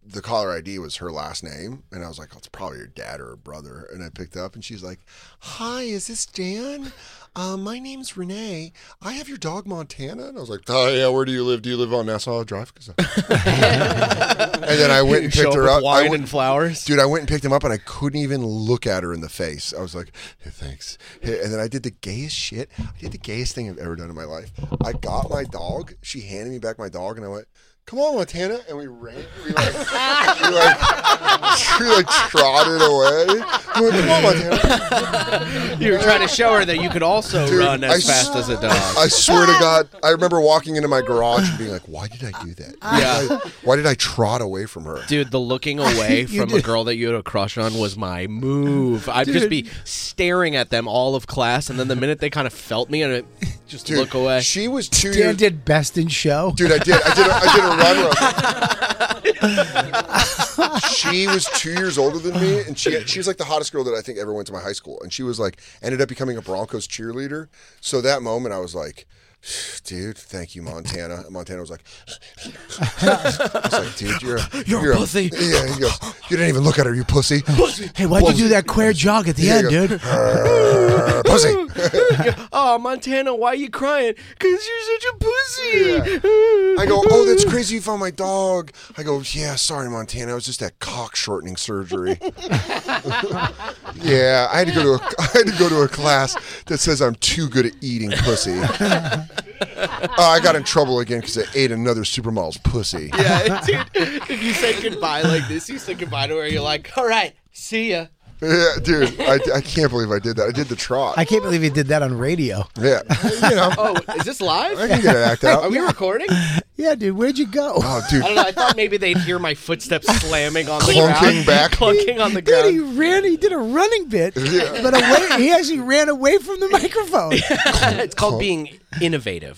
Speaker 2: the caller ID was her last name, and I was like, oh, "It's probably her dad or her brother." And I picked up, and she's like, "Hi, is this Dan? Uh, my name's Renee. I have your dog Montana." And I was like, "Oh yeah, where do you live? Do you live on Nassau Drive?" 'Cause I-" and then I went and
Speaker 6: Show
Speaker 2: picked her
Speaker 6: with
Speaker 2: up. I
Speaker 6: wine
Speaker 2: went-
Speaker 6: and flowers.
Speaker 2: Dude, I went and picked him up, and I couldn't even look at her in the face. I was like, hey, "Thanks." Hey, And then I did the gayest shit. I did the gayest thing I've ever done in my life. I got my dog. She handed me back my dog, and I went, "Come on, Montana!" And we ran. We like, we like, we like trotted away. I went, Come on, Montana.
Speaker 6: You were trying to show her that you could also
Speaker 2: Dude,
Speaker 6: run as
Speaker 2: I s-
Speaker 6: fast as a dog.
Speaker 2: I swear to God, I remember walking into my garage and being like, "Why did I do that? Why did I- why did I trot away from her?"
Speaker 6: Dude, the looking away from a girl that you had a crush on was my move. I'd just be staring at them all of class, and then the minute they kind of felt me, and just
Speaker 2: Dude,
Speaker 6: look away.
Speaker 2: She was two
Speaker 1: Dan
Speaker 2: years.
Speaker 1: did best in show.
Speaker 2: Dude, I did. I did. A, I did a run. she was two years older than me, and she she was like the hottest girl that I think ever went to my high school. And she was like ended up becoming a Broncos cheerleader. So that moment, I was like. Dude, thank you, Montana. And Montana was like, I was like, dude, you're a,
Speaker 1: You're a pussy.
Speaker 2: Yeah, he goes, you didn't even look at her, you pussy.
Speaker 1: Hey, why'd you do that queer jog at the
Speaker 2: Yeah,
Speaker 1: end,
Speaker 2: yeah.
Speaker 1: dude?
Speaker 2: pussy.
Speaker 6: oh, Montana, why are you crying? Because you're such a pussy.
Speaker 2: I go, oh, that's crazy. You found my dog. I go, yeah, sorry, Montana. It was just that cock shortening surgery. yeah, I had to go to a, I had to go to a class that says I'm too good at eating pussy. Uh, I got in trouble again because I ate another supermodel's pussy.
Speaker 6: Yeah, dude. If you say goodbye like this, you say goodbye to her. You're like, all right, see ya.
Speaker 2: Yeah, dude, I, I can't believe I did that. I did the trot.
Speaker 1: I can't believe you did that on radio.
Speaker 2: Yeah, you know.
Speaker 6: Oh, is this live?
Speaker 2: I can get it acted out.
Speaker 6: Are we recording? I
Speaker 1: Yeah, dude, where'd you go?
Speaker 2: Oh, dude.
Speaker 6: don't know. I thought maybe they'd hear my footsteps slamming on the
Speaker 2: Clunking
Speaker 6: ground,
Speaker 2: back.
Speaker 6: clunking on the
Speaker 1: Dude, he
Speaker 6: ground.
Speaker 1: ran. He did a running bit,
Speaker 2: Yeah.
Speaker 1: but away, he actually ran away from the microphone.
Speaker 6: it's called being innovative.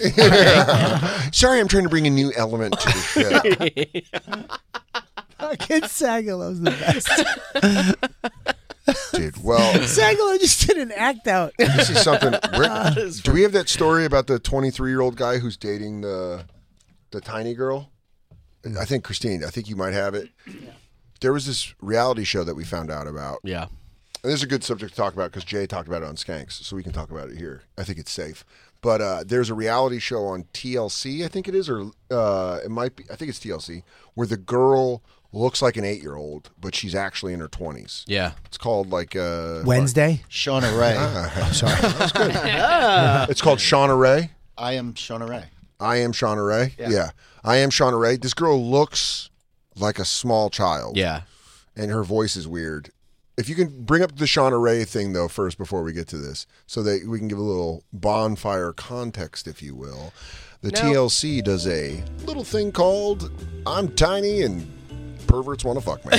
Speaker 2: Sorry, I'm trying to bring a new element to the show.
Speaker 1: Fucking Sagalow's the best.
Speaker 2: Dude, well,
Speaker 1: Sagalow just did an act out.
Speaker 2: This is something. Where, do we have that story about the 23 year old guy who's dating the the tiny girl? I think Christine. I think you might have it. There was this reality show that we found out about.
Speaker 6: Yeah.
Speaker 2: And this is a good subject to talk about because Jay talked about it on Skanks, so we can talk about it here. I think it's safe. But uh, there's a reality show on TLC, I think it is, or uh, it might be. I think it's TLC, where the girl looks like an eight year old, but she's actually in her 20s.
Speaker 6: Yeah.
Speaker 2: It's called like uh,
Speaker 1: Wednesday.
Speaker 11: Shauna Ray.
Speaker 2: Ah.
Speaker 11: sorry.
Speaker 2: It's called Shauna Ray.
Speaker 11: I am Shauna Ray.
Speaker 2: I am Shauna Ray. Yeah.
Speaker 11: Yeah.
Speaker 2: I am Shauna Ray. This girl looks like a small child.
Speaker 6: Yeah.
Speaker 2: And her voice is weird. If you can bring up the Shauna Ray thing though first before we get to this, so that we can give a little bonfire context, if you will. The
Speaker 6: No.
Speaker 2: TLC does a little thing called "I'm tiny and perverts want to fuck me."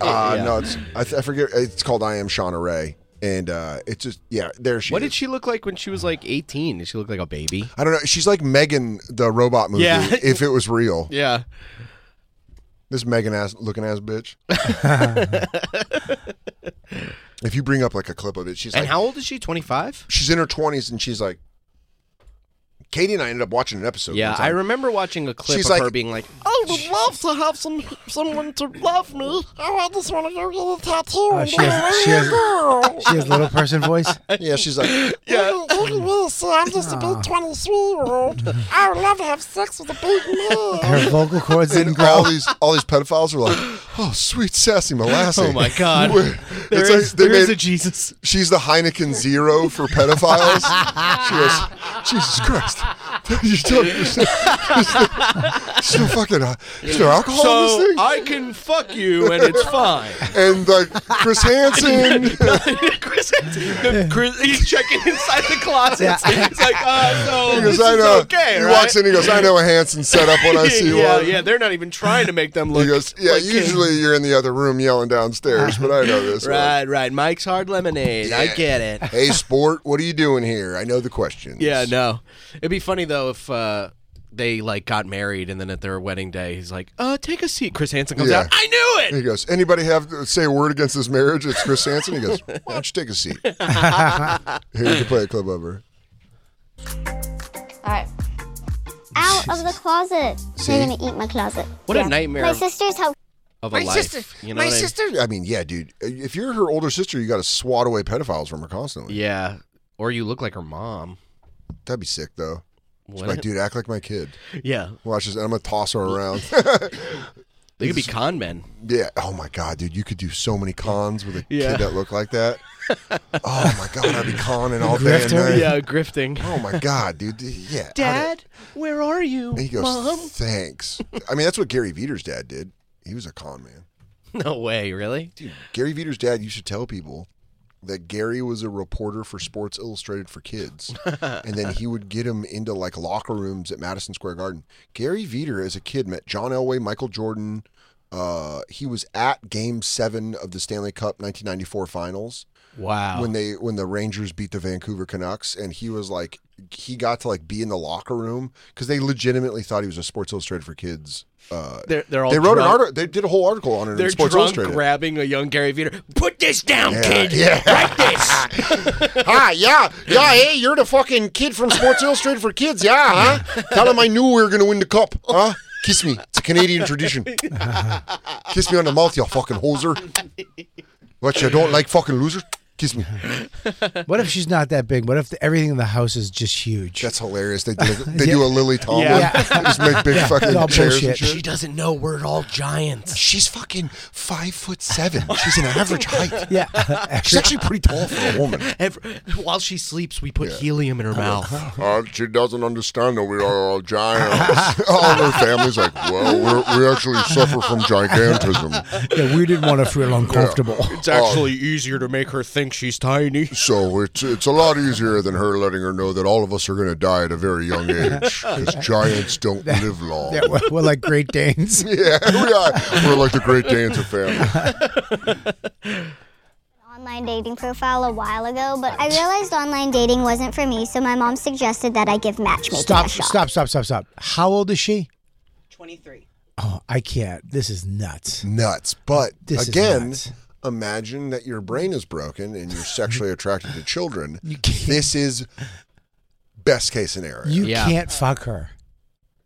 Speaker 2: uh, No, it's I, th- I forget. It's called "I am Shauna Ray," and uh, it's just yeah. There she.
Speaker 6: What
Speaker 2: is.
Speaker 6: did she look like when she was like 18? Did she look like a baby?
Speaker 2: I don't know. She's like Megan, the robot movie.
Speaker 6: Yeah.
Speaker 2: If it was real,
Speaker 6: Yeah.
Speaker 2: this Megan ass looking ass bitch. if you bring up like a clip of it, she's
Speaker 6: and
Speaker 2: like,
Speaker 6: how old is she? 25?
Speaker 2: she's in her twenties, and she's like, Katie and I ended up watching an episode.
Speaker 6: Yeah,
Speaker 2: one time.
Speaker 6: I remember watching a clip
Speaker 2: She's
Speaker 6: of
Speaker 2: like-
Speaker 6: her being like,
Speaker 12: I would love to have some someone to love me. Oh, I just want to go to the tattoo.
Speaker 1: Oh, she has- she has- She has little person voice.
Speaker 2: Yeah, she's like,
Speaker 12: yeah. Look, at me. See, I'm just a big 23 year old. I would love to have sex with a big man.
Speaker 1: Her vocal cords didn't
Speaker 2: and
Speaker 1: grow.
Speaker 2: all these all these pedophiles were like, "Oh, sweet sassy molasses."
Speaker 6: Oh my God.
Speaker 2: Where-
Speaker 6: There
Speaker 2: it's
Speaker 6: is- there is a
Speaker 2: Jesus. She's the Heineken Zero for pedophiles. she goes, Jesus Christ. You're still, you're still, you're still, you're still fucking uh, is there alcohol
Speaker 6: so
Speaker 2: in this thing?
Speaker 6: I can fuck you and it's fine.
Speaker 2: and like Chris Hansen,
Speaker 6: Chris, Chris, he's checking inside the closet. He's like, uh, no,
Speaker 2: he goes,
Speaker 6: this is
Speaker 2: I know.
Speaker 6: okay,
Speaker 2: he
Speaker 6: right?
Speaker 2: walks in, he goes, I know a Hansen setup when I see
Speaker 6: yeah,
Speaker 2: one.
Speaker 6: yeah, they're not even trying to make them look.
Speaker 2: He goes, Yeah,
Speaker 6: like kids.
Speaker 2: usually you're in the other room yelling downstairs, but I know this one.
Speaker 6: Right, right. Mike's hard lemonade. I
Speaker 2: Yeah.
Speaker 6: get it.
Speaker 2: Hey, sport, what are you doing here? I know the question.
Speaker 6: Yeah, no. It'd be funny though if uh, they like got married and then at their wedding day he's like, "Uh, take a seat." Chris Hansen comes
Speaker 2: Yeah.
Speaker 6: out. I knew it.
Speaker 2: He goes, anybody have say a word against this marriage? It's Chris Hansen. He goes, why don't you take a seat? Here, you can play a clip of her.
Speaker 13: All right. Out of the closet.
Speaker 2: See?
Speaker 13: They're gonna eat my closet.
Speaker 6: What a nightmare
Speaker 13: My
Speaker 6: of-
Speaker 13: sister's house.
Speaker 6: Of a
Speaker 13: My
Speaker 6: life,
Speaker 13: sister-
Speaker 6: you know what I mean?
Speaker 2: I mean, yeah, dude. If you're her older sister, you got to swat away pedophiles from her constantly.
Speaker 6: Yeah, or you look like her mom.
Speaker 2: That'd be sick, though. She's
Speaker 6: What?
Speaker 2: like, dude, act like my kid.
Speaker 6: Yeah.
Speaker 2: Watch this. And I'm going to toss her around.
Speaker 6: They could be con men.
Speaker 2: yeah. Oh, my God, dude. You could do so many cons with a
Speaker 6: Yeah.
Speaker 2: kid that looked like that. oh, my God. I'd be conning all day and
Speaker 6: Grifter?
Speaker 2: night.
Speaker 6: Yeah, grifting.
Speaker 2: Oh, my God, dude. Yeah. I'd-
Speaker 6: where are you?
Speaker 2: And he goes, thanks. I mean, that's what Gary Veter's dad did. He was a con man.
Speaker 6: No way, really?
Speaker 2: Dude, Gary Veter's dad used to tell people that Gary was a reporter for Sports Illustrated for kids. and then he would get him into like locker rooms at Madison Square Garden. Gary Veter, as a kid, met John Elway, Michael Jordan. Uh, he was at game seven of the Stanley Cup 1994 finals.
Speaker 6: Wow.
Speaker 2: When they when the Rangers beat the Vancouver Canucks and he was like he got to like be in the locker room because they legitimately thought he was a Sports Illustrated for kids. Uh,
Speaker 6: They're- they're all
Speaker 2: they wrote an
Speaker 6: drunk.
Speaker 2: article. They did a whole article on it
Speaker 6: They're
Speaker 2: in Sports
Speaker 6: drunk
Speaker 2: Illustrated.
Speaker 6: grabbing a young Gary Veter. Put this down,
Speaker 2: Yeah,
Speaker 6: kid.
Speaker 2: yeah.
Speaker 6: Write this.
Speaker 7: ah, yeah, yeah. Hey, you're the fucking kid from Sports Illustrated for Kids, yeah, huh?
Speaker 2: Tell him I knew we were going to win the cup. Huh? Kiss me. It's a Canadian tradition. Kiss me on the mouth, you fucking hoser. What, you don't like fucking loser? Kiss me.
Speaker 1: What if she's not that big? What if the, everything in the house is just huge?
Speaker 2: That's hilarious. They do, they do a Lily Tomlin. Just make big
Speaker 1: Yeah,
Speaker 2: fucking
Speaker 1: it's all
Speaker 2: chairs and
Speaker 1: bullshit.
Speaker 2: shit.
Speaker 6: She doesn't know we're all giants.
Speaker 2: She's fucking five foot seven. She's an average height.
Speaker 1: Yeah.
Speaker 2: She's actually pretty tall for a woman.
Speaker 6: Every, while she sleeps, we put helium in her mouth.
Speaker 2: Uh, she doesn't understand that we are all giants. all her family's like, well, we're, we actually suffer from gigantism.
Speaker 1: Yeah, we didn't want to feel uncomfortable.
Speaker 6: It's actually easier to make her think she's tiny.
Speaker 2: Oh, So it's it's a lot easier than her letting her know that all of us are going to die at a very young age because giants don't live long.
Speaker 1: Yeah, we're, we're like Great Danes.
Speaker 2: Yeah, we are. We're like the Great Danes of family.
Speaker 13: Online dating profile a while ago, but I realized online dating wasn't for me, so my mom suggested that I give matchmaking
Speaker 1: Stop,
Speaker 13: a shot.
Speaker 1: stop, stop, stop, stop. How old is she? 23. Oh, I can't. This is nuts.
Speaker 2: Nuts, but
Speaker 1: This is
Speaker 2: again,
Speaker 1: nuts.
Speaker 2: imagine that your brain is broken and you're sexually attracted to children. This is best case scenario.
Speaker 1: You
Speaker 6: Yeah.
Speaker 1: can't fuck her.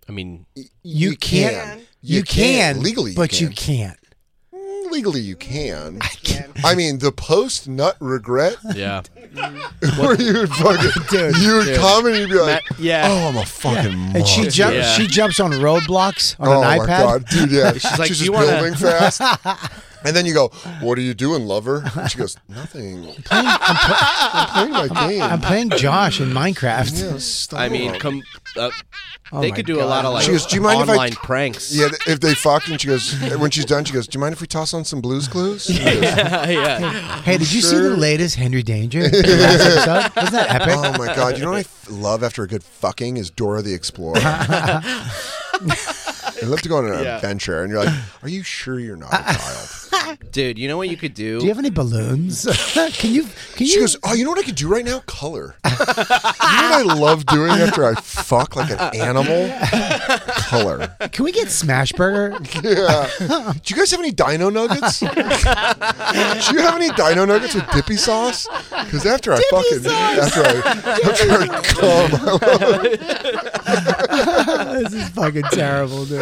Speaker 6: I mean,
Speaker 1: You, can't. You, can,
Speaker 2: legally,
Speaker 1: but
Speaker 2: you
Speaker 1: you can't.
Speaker 2: can. legally you can. I mean, the post nut regret
Speaker 6: yeah.
Speaker 2: where you would fucking
Speaker 1: Dude.
Speaker 2: you would
Speaker 6: Dude.
Speaker 2: come and you'd be like,
Speaker 6: Ma- yeah.
Speaker 2: oh, I'm a fucking monster.
Speaker 1: And she jumps.
Speaker 6: Yeah.
Speaker 1: She jumps on roadblocks on
Speaker 2: oh
Speaker 1: an
Speaker 2: my
Speaker 1: iPad.
Speaker 2: god, dude, yeah. She's,
Speaker 6: like,
Speaker 2: just
Speaker 6: "You wanna-"
Speaker 2: building fast. And then you go, "What are you doing, lover?" And she goes, "Nothing. I'm playing my game."
Speaker 1: I'm playing Josh in Minecraft.
Speaker 2: Yeah, stop.
Speaker 6: I mean, come. Uh,
Speaker 1: Oh
Speaker 6: they
Speaker 1: my
Speaker 6: could do a lot of like
Speaker 2: She goes, "Do you mind if I-
Speaker 6: online pranks.
Speaker 2: Yeah, if they fuck, and she goes, when she's done, she goes, "Do you mind if we toss on some Blues Clues?" She goes,
Speaker 6: yeah, yeah.
Speaker 1: Hey, did you see the
Speaker 2: sure.
Speaker 1: latest Henry Danger? The last episode? Wasn't that epic?
Speaker 2: Oh my god! You know what I f- love after a good fucking is Dora the Explorer. I love to go on an
Speaker 6: Yeah.
Speaker 2: adventure, and you're like, "Are you sure you're not a child?"
Speaker 6: Dude, you know what you could do?
Speaker 1: Do you have any balloons? can you? Can
Speaker 2: She
Speaker 1: you?
Speaker 2: goes, "Oh, you know what I could do right now? Color. you know what I love doing after I fuck like an animal? Color.
Speaker 1: can we get Smashburger?
Speaker 2: Yeah. Do you guys have any Dino Nuggets? Do you have any Dino Nuggets with dippy sauce? Because after I fucking after I after I come,
Speaker 1: this is fucking terrible, dude.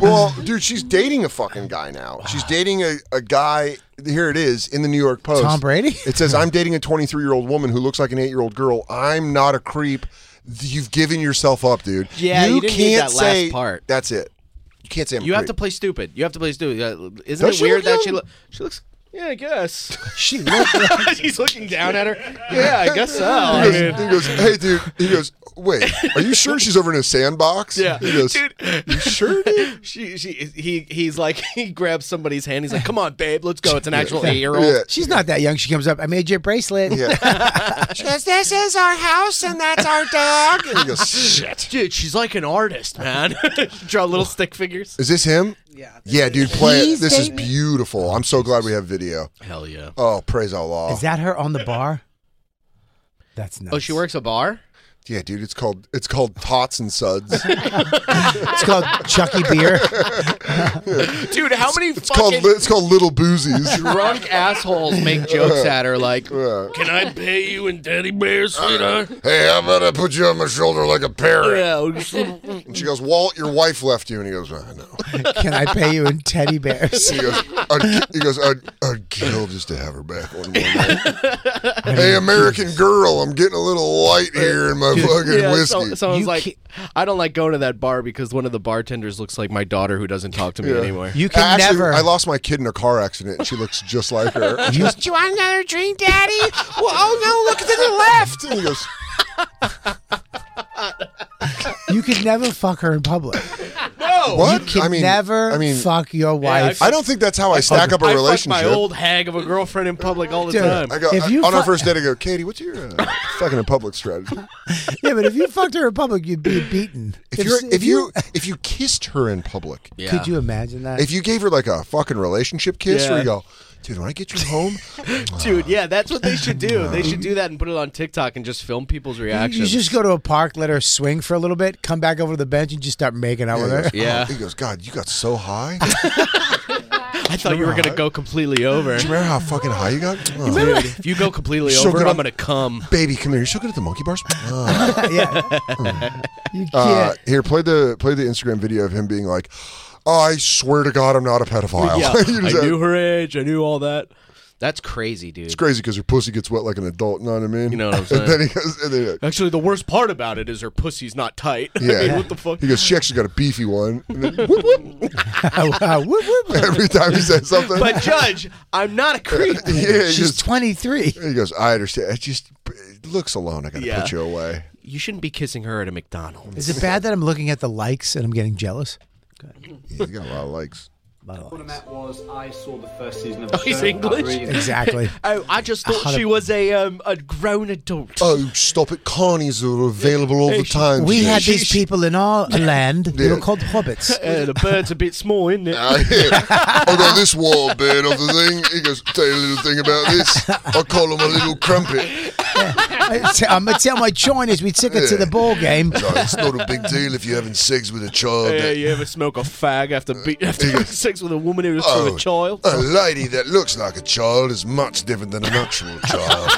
Speaker 2: Well, dude, she's dating a fucking guy now. She's dating a, a guy. Here it is in the New York Post.
Speaker 1: Tom Brady?
Speaker 2: It says, I'm dating a 23 year old woman who looks like an eight year old girl. I'm not a creep. You've given yourself up, dude.
Speaker 6: Yeah, you didn't need
Speaker 2: can't
Speaker 6: that last
Speaker 2: say,
Speaker 6: part.
Speaker 2: That's it. You can't say I'm a
Speaker 6: You have to
Speaker 2: creep.
Speaker 6: play stupid. You have to play stupid. Uh, Isn't
Speaker 2: Does
Speaker 6: it
Speaker 2: she
Speaker 6: weird
Speaker 2: look young?
Speaker 6: that she looks? She looks. Yeah, I guess.
Speaker 1: She looked like
Speaker 6: She's looking down at her. Yeah, I guess so. I
Speaker 2: He
Speaker 6: mean-
Speaker 2: goes, he goes, hey, dude. He goes, wait, are you sure she's over in a sandbox?
Speaker 6: Yeah,
Speaker 2: He goes,
Speaker 6: dude.
Speaker 2: you sure, dude?
Speaker 6: She, she, he, he's like, he grabs somebody's hand. He's like, "Come on, babe, let's go." It's an actual eight-year-old.
Speaker 2: Yeah.
Speaker 1: she's not that young. She comes up. I made you a bracelet.
Speaker 2: "Oh, Yeah.
Speaker 12: She goes, this is our house and that's our dog.
Speaker 2: He goes, shit.
Speaker 6: Dude, she's like an artist, man. Draw little stick figures.
Speaker 2: Is this him? Yeah. Yeah, dude, play it. This is beautiful. I'm so glad we have video.
Speaker 6: Hell yeah.
Speaker 2: Oh, praise Allah.
Speaker 1: Is that her on the bar? That's nuts.
Speaker 6: Oh, she works a bar.
Speaker 2: Yeah, dude, it's called it's called Tots and Suds.
Speaker 1: It's called Chucky Beer.
Speaker 6: Dude, how many
Speaker 2: It's called
Speaker 6: fucking
Speaker 2: it's called Little Boozies.
Speaker 6: drunk assholes make jokes at her? Like,
Speaker 2: Yeah.
Speaker 6: can I pay you in teddy bears, sweetheart?
Speaker 2: hey, I'm gonna put you on my shoulder like a parrot.
Speaker 6: Yeah. we'll just- Dude,
Speaker 2: And she goes, Walt, your wife left you, and he goes, I know.
Speaker 1: Can I pay you in teddy bears?
Speaker 2: He goes, I'd, he goes, I'd, I'd kill just to have her back one more night. hey, American girl, I'm getting a little light here in my fucking
Speaker 6: yeah, so-
Speaker 2: whiskey.
Speaker 6: someone's
Speaker 1: You
Speaker 6: like,
Speaker 1: ki-
Speaker 6: I don't like going to that bar because one of the bartenders looks like my daughter who doesn't talk to me anymore.
Speaker 1: You can
Speaker 2: Actually,
Speaker 1: never.
Speaker 2: I lost my kid in a car accident, and she looks just like her. And she goes,
Speaker 12: Do you want another drink, Daddy? Well, oh no, look to the left.
Speaker 2: and he goes,
Speaker 1: You could never fuck her in public.
Speaker 2: what?
Speaker 1: You can never
Speaker 2: I mean,
Speaker 1: fuck your wife.
Speaker 2: I don't think that's how I stack up a
Speaker 6: I fuck
Speaker 2: relationship.
Speaker 6: my old hag of a girlfriend in public all the
Speaker 1: Dude.
Speaker 6: time.
Speaker 2: I go,
Speaker 1: If you
Speaker 2: on our
Speaker 1: fu-
Speaker 2: first date, I go, Katie, what's your uh, fucking in public strategy?
Speaker 1: yeah, but if you fucked her in public, you'd be beaten.
Speaker 2: If, you're, if you if you kissed her in public,
Speaker 6: Yeah.
Speaker 1: could you imagine that?
Speaker 2: if you gave her like a fucking relationship kiss, where
Speaker 6: Yeah.
Speaker 2: you go, Dude, when I get you home, oh,
Speaker 6: Dude, yeah, that's what they should do. They should do that and put it on TikTok and just film people's
Speaker 1: You
Speaker 6: reactions.
Speaker 1: just go to a park, let her swing for a little bit, come back over to the bench, and just start making out with her.
Speaker 6: Yeah.
Speaker 2: oh, he goes, God, you got so high.
Speaker 6: I thought you were gonna go completely over.
Speaker 2: Do you remember how fucking high you got? Oh.
Speaker 6: Dude, if you go completely
Speaker 2: So
Speaker 6: over,
Speaker 2: good
Speaker 6: I'm
Speaker 2: on-
Speaker 6: gonna come.
Speaker 2: Baby, come here. You're so good at the monkey bars. Oh.
Speaker 6: yeah.
Speaker 2: Uh, here, play the play the Instagram video of him being like, I swear to God, I'm not a pedophile.
Speaker 6: Yeah,
Speaker 2: You
Speaker 6: I
Speaker 2: just-
Speaker 6: knew her age. I knew all that. That's crazy, dude.
Speaker 2: It's crazy because her pussy gets wet like an adult. You know what I mean?
Speaker 6: You know what I'm saying?
Speaker 2: and then he goes, and then,
Speaker 6: Actually, the worst part about it is her pussy's not tight.
Speaker 2: yeah.
Speaker 6: I mean, what the fuck?
Speaker 2: He goes, she actually got a beefy one. And then, whoop, whoop. Every time he says something.
Speaker 6: But Judge, I'm not a creep.
Speaker 2: yeah,
Speaker 1: She's 23.
Speaker 2: He goes, I understand. It just it looks alone. I got to
Speaker 6: Yeah.
Speaker 2: put you away.
Speaker 6: You shouldn't be kissing her at a McDonald's.
Speaker 1: Is it bad that I'm looking at the likes and I'm getting jealous?
Speaker 2: You got a lot of likes.
Speaker 14: that was I saw the first season of the
Speaker 6: Oh, he's
Speaker 14: show.
Speaker 6: English.
Speaker 1: Exactly.
Speaker 6: oh, I just thought she was a um, a grown adult.
Speaker 2: Oh, stop it. Carnies are available all the time.
Speaker 1: We
Speaker 2: today.
Speaker 1: had these people in our land. They were called hobbits.
Speaker 6: Uh, the bird's a bit small, isn't it?
Speaker 2: out here. I got this wall bed of the thing. He goes, tell you a little thing about this. I call him a little crumpet.
Speaker 1: I'm gonna tell my Chinese we took it to the ball game.
Speaker 2: No, it's not a big deal if you're having sex with a child.
Speaker 6: Yeah,
Speaker 2: that-
Speaker 6: you ever smoke a fag after be- after having sex with a woman who was from
Speaker 2: Oh,
Speaker 6: a child?
Speaker 2: A lady that looks like a child is much different than an actual child.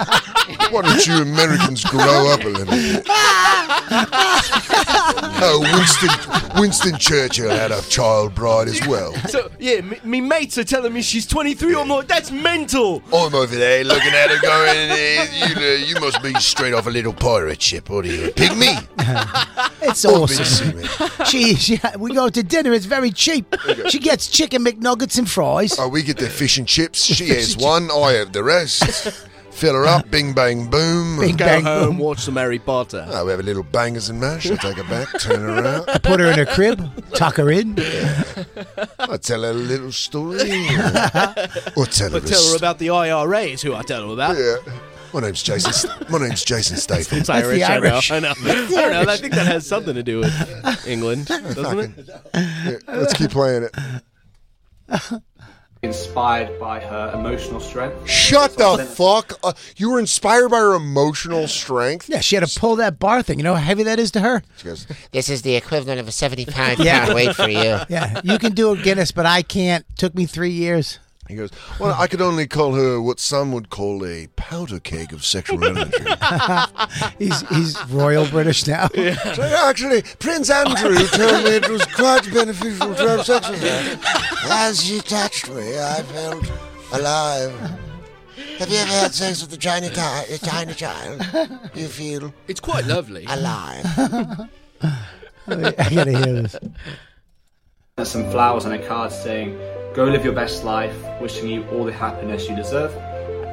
Speaker 2: Why don't you Americans grow up a little bit? Oh, Winston, Winston Churchill had a child bride as well.
Speaker 6: So yeah, me, me mates are telling me she's 23. I'm like, that's mental.
Speaker 2: I'm over there looking at her going, eh, you, know, you must be straight off a little pirate ship. What are you, a pygmy?
Speaker 1: It's
Speaker 2: Oh,
Speaker 1: awesome. she, she, we go to dinner. It's very cheap. She gets chicken McNuggets and fries.
Speaker 2: Oh, we get the fish and chips. She has one, I have the rest. Fill her up, bing bang boom.
Speaker 6: Go home, watch some Harry Potter.
Speaker 2: Oh, we have a little bangers and mash. I take her back, turn her out.
Speaker 1: Put her in her crib, tuck her in.
Speaker 2: I tell her a little story. or tell her,
Speaker 6: But
Speaker 2: a
Speaker 6: tell her
Speaker 2: st-
Speaker 6: about the IRAs who I tell her about.
Speaker 2: Yeah. My name's Jason. St- My name's Jason Statham.
Speaker 6: It's Irish, I know. I know. I
Speaker 2: That's the
Speaker 6: don't know. I
Speaker 2: Irish.
Speaker 6: think that has something to do with England, doesn't it?
Speaker 2: Yeah, let's keep playing it.
Speaker 14: Inspired by her emotional strength.
Speaker 2: Shut the fuck up. You were inspired by her emotional strength.
Speaker 1: Yeah, she had to pull that bar thing. You know how heavy that is to her?
Speaker 9: This is the equivalent of a 70 pound
Speaker 1: Yeah.
Speaker 9: yeah. weight for you.
Speaker 1: Yeah, you can do a Guinness, but I can't. Took me three years.
Speaker 2: He goes, Well, I could only call her what some would call a powder keg of sexual energy.
Speaker 1: he's he's royal British now.
Speaker 2: So, Actually, Prince Andrew told me it was quite beneficial to have sex with her. As she touched me, I felt alive.
Speaker 9: Have you ever had sex with a China, ti- a China child? You feel
Speaker 6: It's quite lovely.
Speaker 9: alive.
Speaker 1: I gotta hear this.
Speaker 14: There's some flowers and a card saying, Go live your best life, wishing you all the happiness you deserve.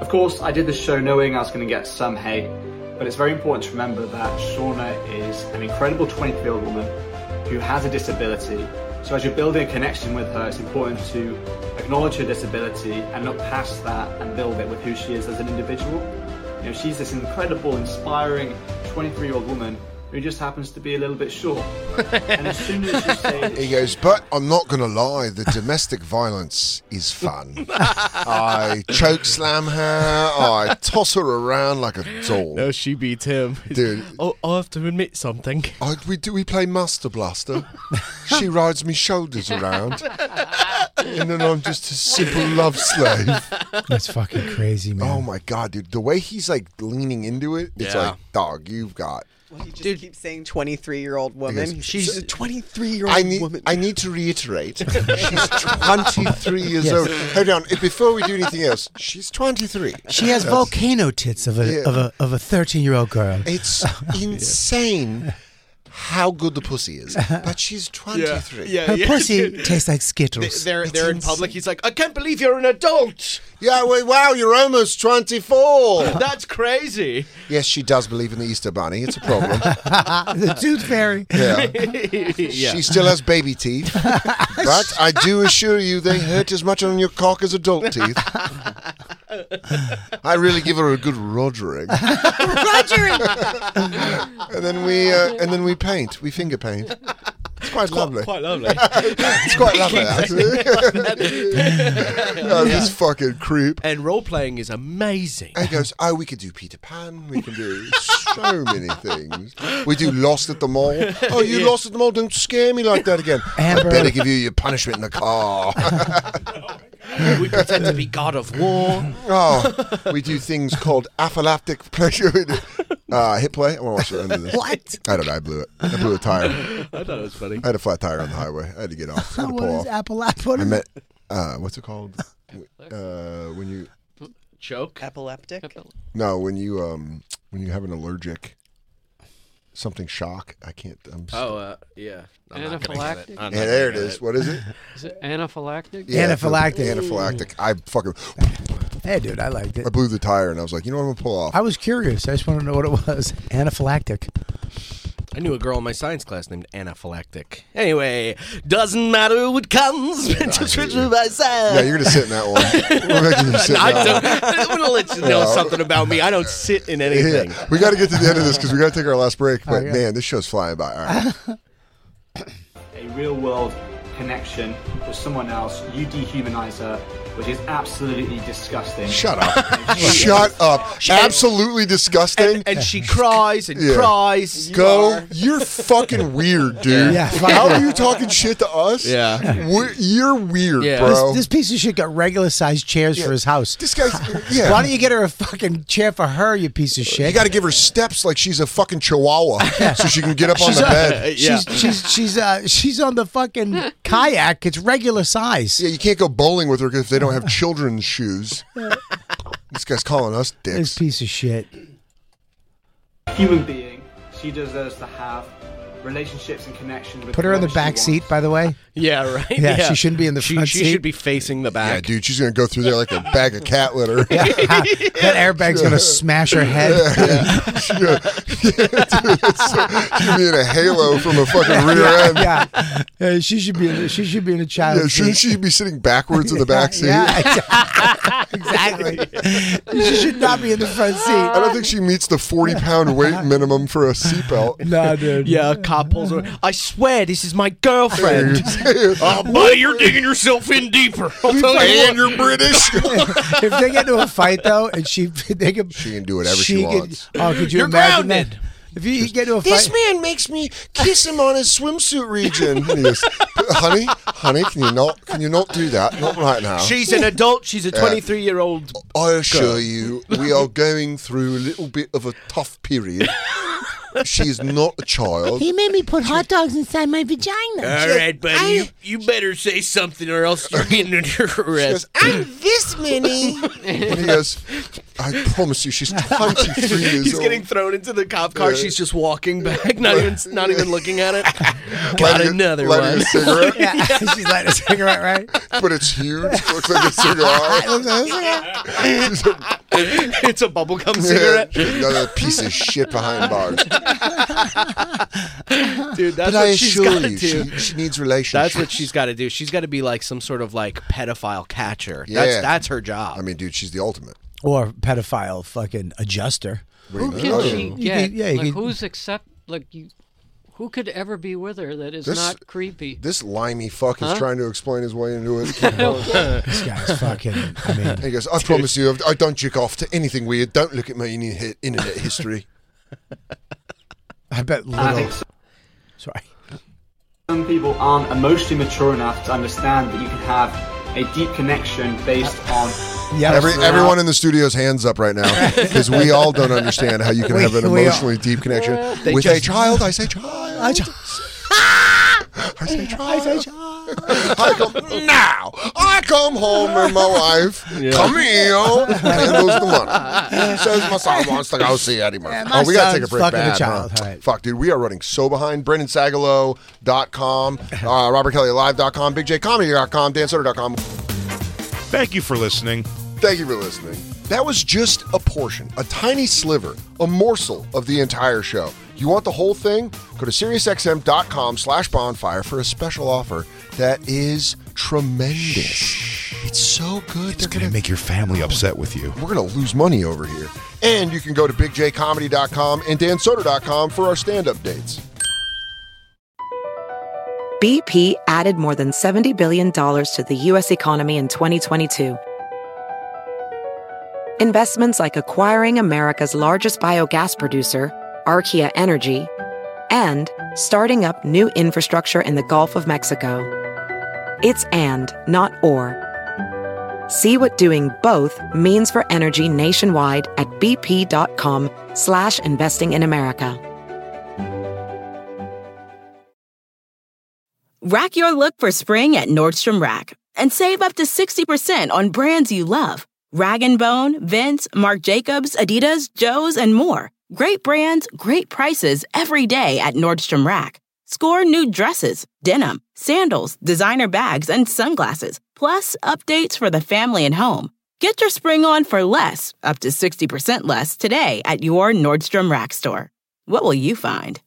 Speaker 14: Of course, I did this show knowing I was going to get some hate, but it's very important to remember that Shauna is an incredible 23 year old woman who has a disability. So, as you're building a connection with her, it's important to acknowledge her disability and look past that and build it with who she is as an individual. You know, she's this incredible, inspiring 23 year old woman who just happens to be a little bit short. and as soon as you say
Speaker 2: He goes, But I'm not going to lie, the domestic violence is fun. I choke slam her, I toss her around like a doll.
Speaker 6: No, Oh, she beat him.
Speaker 2: Dude.
Speaker 6: Oh, I have to admit something.
Speaker 2: I, Oh, we, do we play Master Blaster? she rides me shoulders around, and then I'm just a simple love slave.
Speaker 1: That's fucking crazy, man.
Speaker 2: Oh my god, dude! The way he's like leaning into it, it's
Speaker 6: Yeah.
Speaker 2: like, dog, you've got.
Speaker 15: He just keeps saying 23 year old
Speaker 2: He
Speaker 15: woman.
Speaker 2: goes,
Speaker 15: She's a 23 year
Speaker 2: I
Speaker 15: old
Speaker 2: need.
Speaker 15: woman.
Speaker 2: I need to reiterate. She's 23 years
Speaker 1: Yes.
Speaker 2: old. Hold on. if- Before we do anything else, she's 23.
Speaker 1: She has
Speaker 2: That's-
Speaker 1: volcano tits of a
Speaker 2: Yeah.
Speaker 1: of a of a thirteen year old girl.
Speaker 2: It's insane how good the pussy is, but she's 23.
Speaker 6: Yeah,
Speaker 1: Her
Speaker 6: yeah.
Speaker 1: pussy tastes like
Speaker 6: They-
Speaker 1: Skittles.
Speaker 6: They're, they're in public. He's like, I can't believe you're an adult.
Speaker 2: Yeah, well, wow, you're almost 24.
Speaker 6: That's crazy.
Speaker 2: Yes, she does believe in the Easter Bunny. It's a problem.
Speaker 1: the tooth fairy.
Speaker 2: Yeah.
Speaker 6: Yeah.
Speaker 2: She still has baby teeth, but I do assure you they hurt as much on your cock as adult teeth. I really give her a good rodering,
Speaker 16: Roger.
Speaker 2: and then we uh, and then we paint, we finger paint. It's quite lovely.
Speaker 6: Quite lovely.
Speaker 2: it's quite lovely, actually. No, This fucking creep.
Speaker 6: And role playing is amazing.
Speaker 2: And he goes, oh, we could do Peter Pan. We can do so many things. We do Lost at the Mall. Oh, you
Speaker 17: Yeah.
Speaker 2: lost at the mall? Don't scare me like that again.
Speaker 17: Amber.
Speaker 2: I better give you your punishment in the car.
Speaker 6: we pretend to be God of War.
Speaker 2: oh, we do things called aphylactic pleasure. Uh, hit play. I want to watch the end of this.
Speaker 9: What?
Speaker 2: I don't know. I blew it. I blew a tire.
Speaker 6: I thought it was funny.
Speaker 2: I had a flat tire on the highway. I had to get off. I had to
Speaker 9: what
Speaker 2: pull
Speaker 9: is
Speaker 2: off.
Speaker 9: Appalachia? What
Speaker 2: I
Speaker 9: is
Speaker 2: meant, uh, what's it called? Uh, when you
Speaker 6: Choke.
Speaker 18: Epileptic.
Speaker 2: no, when you um, when you have an allergic something shock. I can't. I'm st-
Speaker 6: Oh, uh, yeah. I'm not gonna get
Speaker 2: Yeah,
Speaker 6: I'm not gonna
Speaker 2: there it
Speaker 6: get
Speaker 2: is. What is it?
Speaker 19: Is it anaphylactic?
Speaker 2: Yeah, I feel-
Speaker 9: Anaphylactic.
Speaker 2: Anaphylactic. I fucking.
Speaker 9: Hey, dude, I liked it.
Speaker 2: I blew the tire and I was like, you know what? I'm gonna pull off.
Speaker 9: I was curious. I just want to know what it was. Anaphylactic.
Speaker 6: I knew a girl in my science class named anaphylactic. Anyway, doesn't matter what comes, just treasure by side.
Speaker 2: Yeah, you're gonna sit in that one. We're making you sit in
Speaker 6: I
Speaker 2: that
Speaker 6: don't.
Speaker 2: one.
Speaker 6: I'm gonna let you know
Speaker 2: Yeah.
Speaker 6: something about me. I don't sit in anything.
Speaker 2: Yeah. We got to get to the end of this because we got to take our last break. But
Speaker 6: Okay.
Speaker 2: man, this show's flying by. All right.
Speaker 14: a real world connection with someone else. You dehumanize her, which is absolutely disgusting.
Speaker 2: Shut up. Shut up. Absolutely disgusting.
Speaker 6: And she cries and
Speaker 2: Yeah.
Speaker 6: cries.
Speaker 2: Go. You're fucking weird, dude.
Speaker 9: Yeah, fuck
Speaker 2: How
Speaker 9: yeah.
Speaker 2: are you talking shit to us?
Speaker 6: Yeah.
Speaker 2: We're, you're weird,
Speaker 6: Yeah.
Speaker 2: bro.
Speaker 9: This, this piece of shit got regular sized chairs for his house. This
Speaker 2: guy's. yeah.
Speaker 9: Why don't you get her a fucking chair for her, you piece of shit?
Speaker 2: you got to give her steps like she's a fucking chihuahua so she can get up on
Speaker 9: she's
Speaker 2: the bed.
Speaker 9: She's she's she's uh, she's on the fucking kayak. It's regular size.
Speaker 2: Yeah, you can't go bowling with her because they don't have children's shoes. This guy's calling us dicks.
Speaker 9: This piece of shit.
Speaker 14: Human being, she deserves to have relationships and connections with
Speaker 9: Put her in the
Speaker 14: whoever she
Speaker 9: back
Speaker 14: wants.
Speaker 9: seat, by the way.
Speaker 6: Yeah, right.
Speaker 9: Yeah, she shouldn't be in the
Speaker 6: She-
Speaker 9: front
Speaker 6: she
Speaker 9: seat.
Speaker 6: should be facing the back.
Speaker 2: Yeah, dude, she's gonna go through there like a bag of cat litter.
Speaker 9: that airbag's gonna smash her head.
Speaker 2: Yeah. She's gonna- dude, it's so- she's gonna be in a halo from a fucking rear
Speaker 9: yeah,
Speaker 2: end.
Speaker 9: yeah. Uh, she should be. In the, she should be in a child.
Speaker 2: Yeah, shouldn't she be sitting backwards in the back seat?
Speaker 9: exactly. she should not be in the front seat.
Speaker 2: I don't think she meets the 40 pound weight minimum for a seatbelt.
Speaker 9: Nah, dude.
Speaker 6: Yeah, a cop pulls over. I swear, this is my girlfriend.
Speaker 2: oh,
Speaker 6: buddy, you're digging yourself in deeper. I'll tell you what.
Speaker 2: And you're British.
Speaker 9: if they get into a fight though, and she they can
Speaker 2: she can do whatever she,
Speaker 9: she could-
Speaker 2: wants.
Speaker 9: oh, could you
Speaker 2: You're
Speaker 9: imagine that? If you get into a
Speaker 20: This
Speaker 9: fight,
Speaker 20: man makes me kiss him on his swimsuit region.
Speaker 2: Region. And he goes, honey, honey, can you not? Can you not do that? Not right now.
Speaker 6: She's an adult. She's a
Speaker 2: Yeah.
Speaker 6: 23 year old.
Speaker 2: I assure you, we are going through a little bit of a tough period. She is not a child.
Speaker 18: made me put hot dogs inside my vagina.
Speaker 6: All right, buddy. you, you better say something or else you're getting under arrest.
Speaker 18: I'm this mini.
Speaker 2: And he goes, I promise you, she's 23 years
Speaker 6: He's
Speaker 2: old.
Speaker 6: getting thrown into the cop car.
Speaker 2: Yeah.
Speaker 6: She's just walking back, not even not even looking at it. Got
Speaker 2: Lighting a-
Speaker 6: another
Speaker 2: lighting
Speaker 6: one.
Speaker 2: a cigarette,
Speaker 9: yeah, she's lighting a cigarette, right?
Speaker 2: but it's huge. Looks like a cigar. She's a-
Speaker 6: it's a bubblegum
Speaker 2: Yeah,
Speaker 6: cigarette,
Speaker 2: another piece of shit behind bars.
Speaker 6: dude. That's
Speaker 2: but I
Speaker 6: what she's got
Speaker 2: assure
Speaker 6: to
Speaker 2: you,
Speaker 6: do.
Speaker 2: she, she needs relationships.
Speaker 6: That's what she's got to do. She's got to be like some sort of like pedophile catcher.
Speaker 2: Yeah.
Speaker 6: That's that's her job.
Speaker 2: I mean, dude, she's the ultimate.
Speaker 9: or pedophile fucking adjuster.
Speaker 2: Who
Speaker 9: You
Speaker 2: can
Speaker 9: know?
Speaker 2: Oh.
Speaker 19: Can she
Speaker 2: You
Speaker 19: get?
Speaker 9: could- yeah, you
Speaker 19: like,
Speaker 9: could-
Speaker 19: who's accept? Like, you, who could ever be with her that is
Speaker 2: This-
Speaker 19: not creepy?
Speaker 2: This limey fuck is
Speaker 19: Huh?
Speaker 2: trying to explain his way into it. Keep going.
Speaker 9: This guy's fucking. I mean,
Speaker 2: And he goes, I promise you, I've- I don't jerk off to anything weird. Don't look at my uni- internet history.
Speaker 9: I bet
Speaker 14: I
Speaker 9: little.
Speaker 14: think
Speaker 9: Sorry.
Speaker 14: some people aren't emotionally mature enough to understand that you can have a deep connection based on.
Speaker 9: Yeah.
Speaker 2: Every, everyone in the studio's hands up right now because we all don't understand how you can
Speaker 9: We-
Speaker 2: have an
Speaker 9: we all-
Speaker 2: emotionally deep connection
Speaker 6: They
Speaker 2: with a
Speaker 6: just-
Speaker 2: child. I say child.
Speaker 9: I ju-
Speaker 2: I say child. I, come now. I come home and my wife Camille handles the money. Says my son wants to go see Eddie Murphy.
Speaker 9: Yeah, my
Speaker 2: oh, we gotta take a
Speaker 9: son's
Speaker 2: break.
Speaker 9: fucking a
Speaker 2: bad,
Speaker 9: child.
Speaker 2: huh?
Speaker 9: All right.
Speaker 2: Fuck, dude, we are running so behind. BrendanSagalo.com, uh, RobertKellyAlive.com, BigJComedy.com, DanSoder.com.
Speaker 21: Thank you for listening.
Speaker 2: Thank you for listening. That was just a portion, a tiny sliver, a morsel of the entire show. You want the whole thing? Go to SiriusXM.com slash bonfire for a special offer that is tremendous. It's so good. They're
Speaker 21: Gonna make your family upset with you.
Speaker 2: we're going to lose money over here. And you can go to bigjcomedy.com and dansoder.com for our stand-up dates.
Speaker 8: BP added more than $70 billion to the U.S. economy in 2022. Investments like acquiring America's largest biogas producer, Archaea Energy, and starting up new infrastructure in the Gulf of Mexico. It's and, not or. See what doing both means for energy nationwide at bp.com slash investing in America.
Speaker 22: Rack your look for spring at Nordstrom Rack and save up to 60% on brands you love. Rag & Bone, Vince, Marc Jacobs, Adidas, Joe's, and more. Great brands, great prices every day at Nordstrom Rack. Score new dresses, denim, sandals, designer bags, and sunglasses, plus updates for the family and home. Get your spring on for less, up to 60% less, today at your Nordstrom Rack store. What will you find?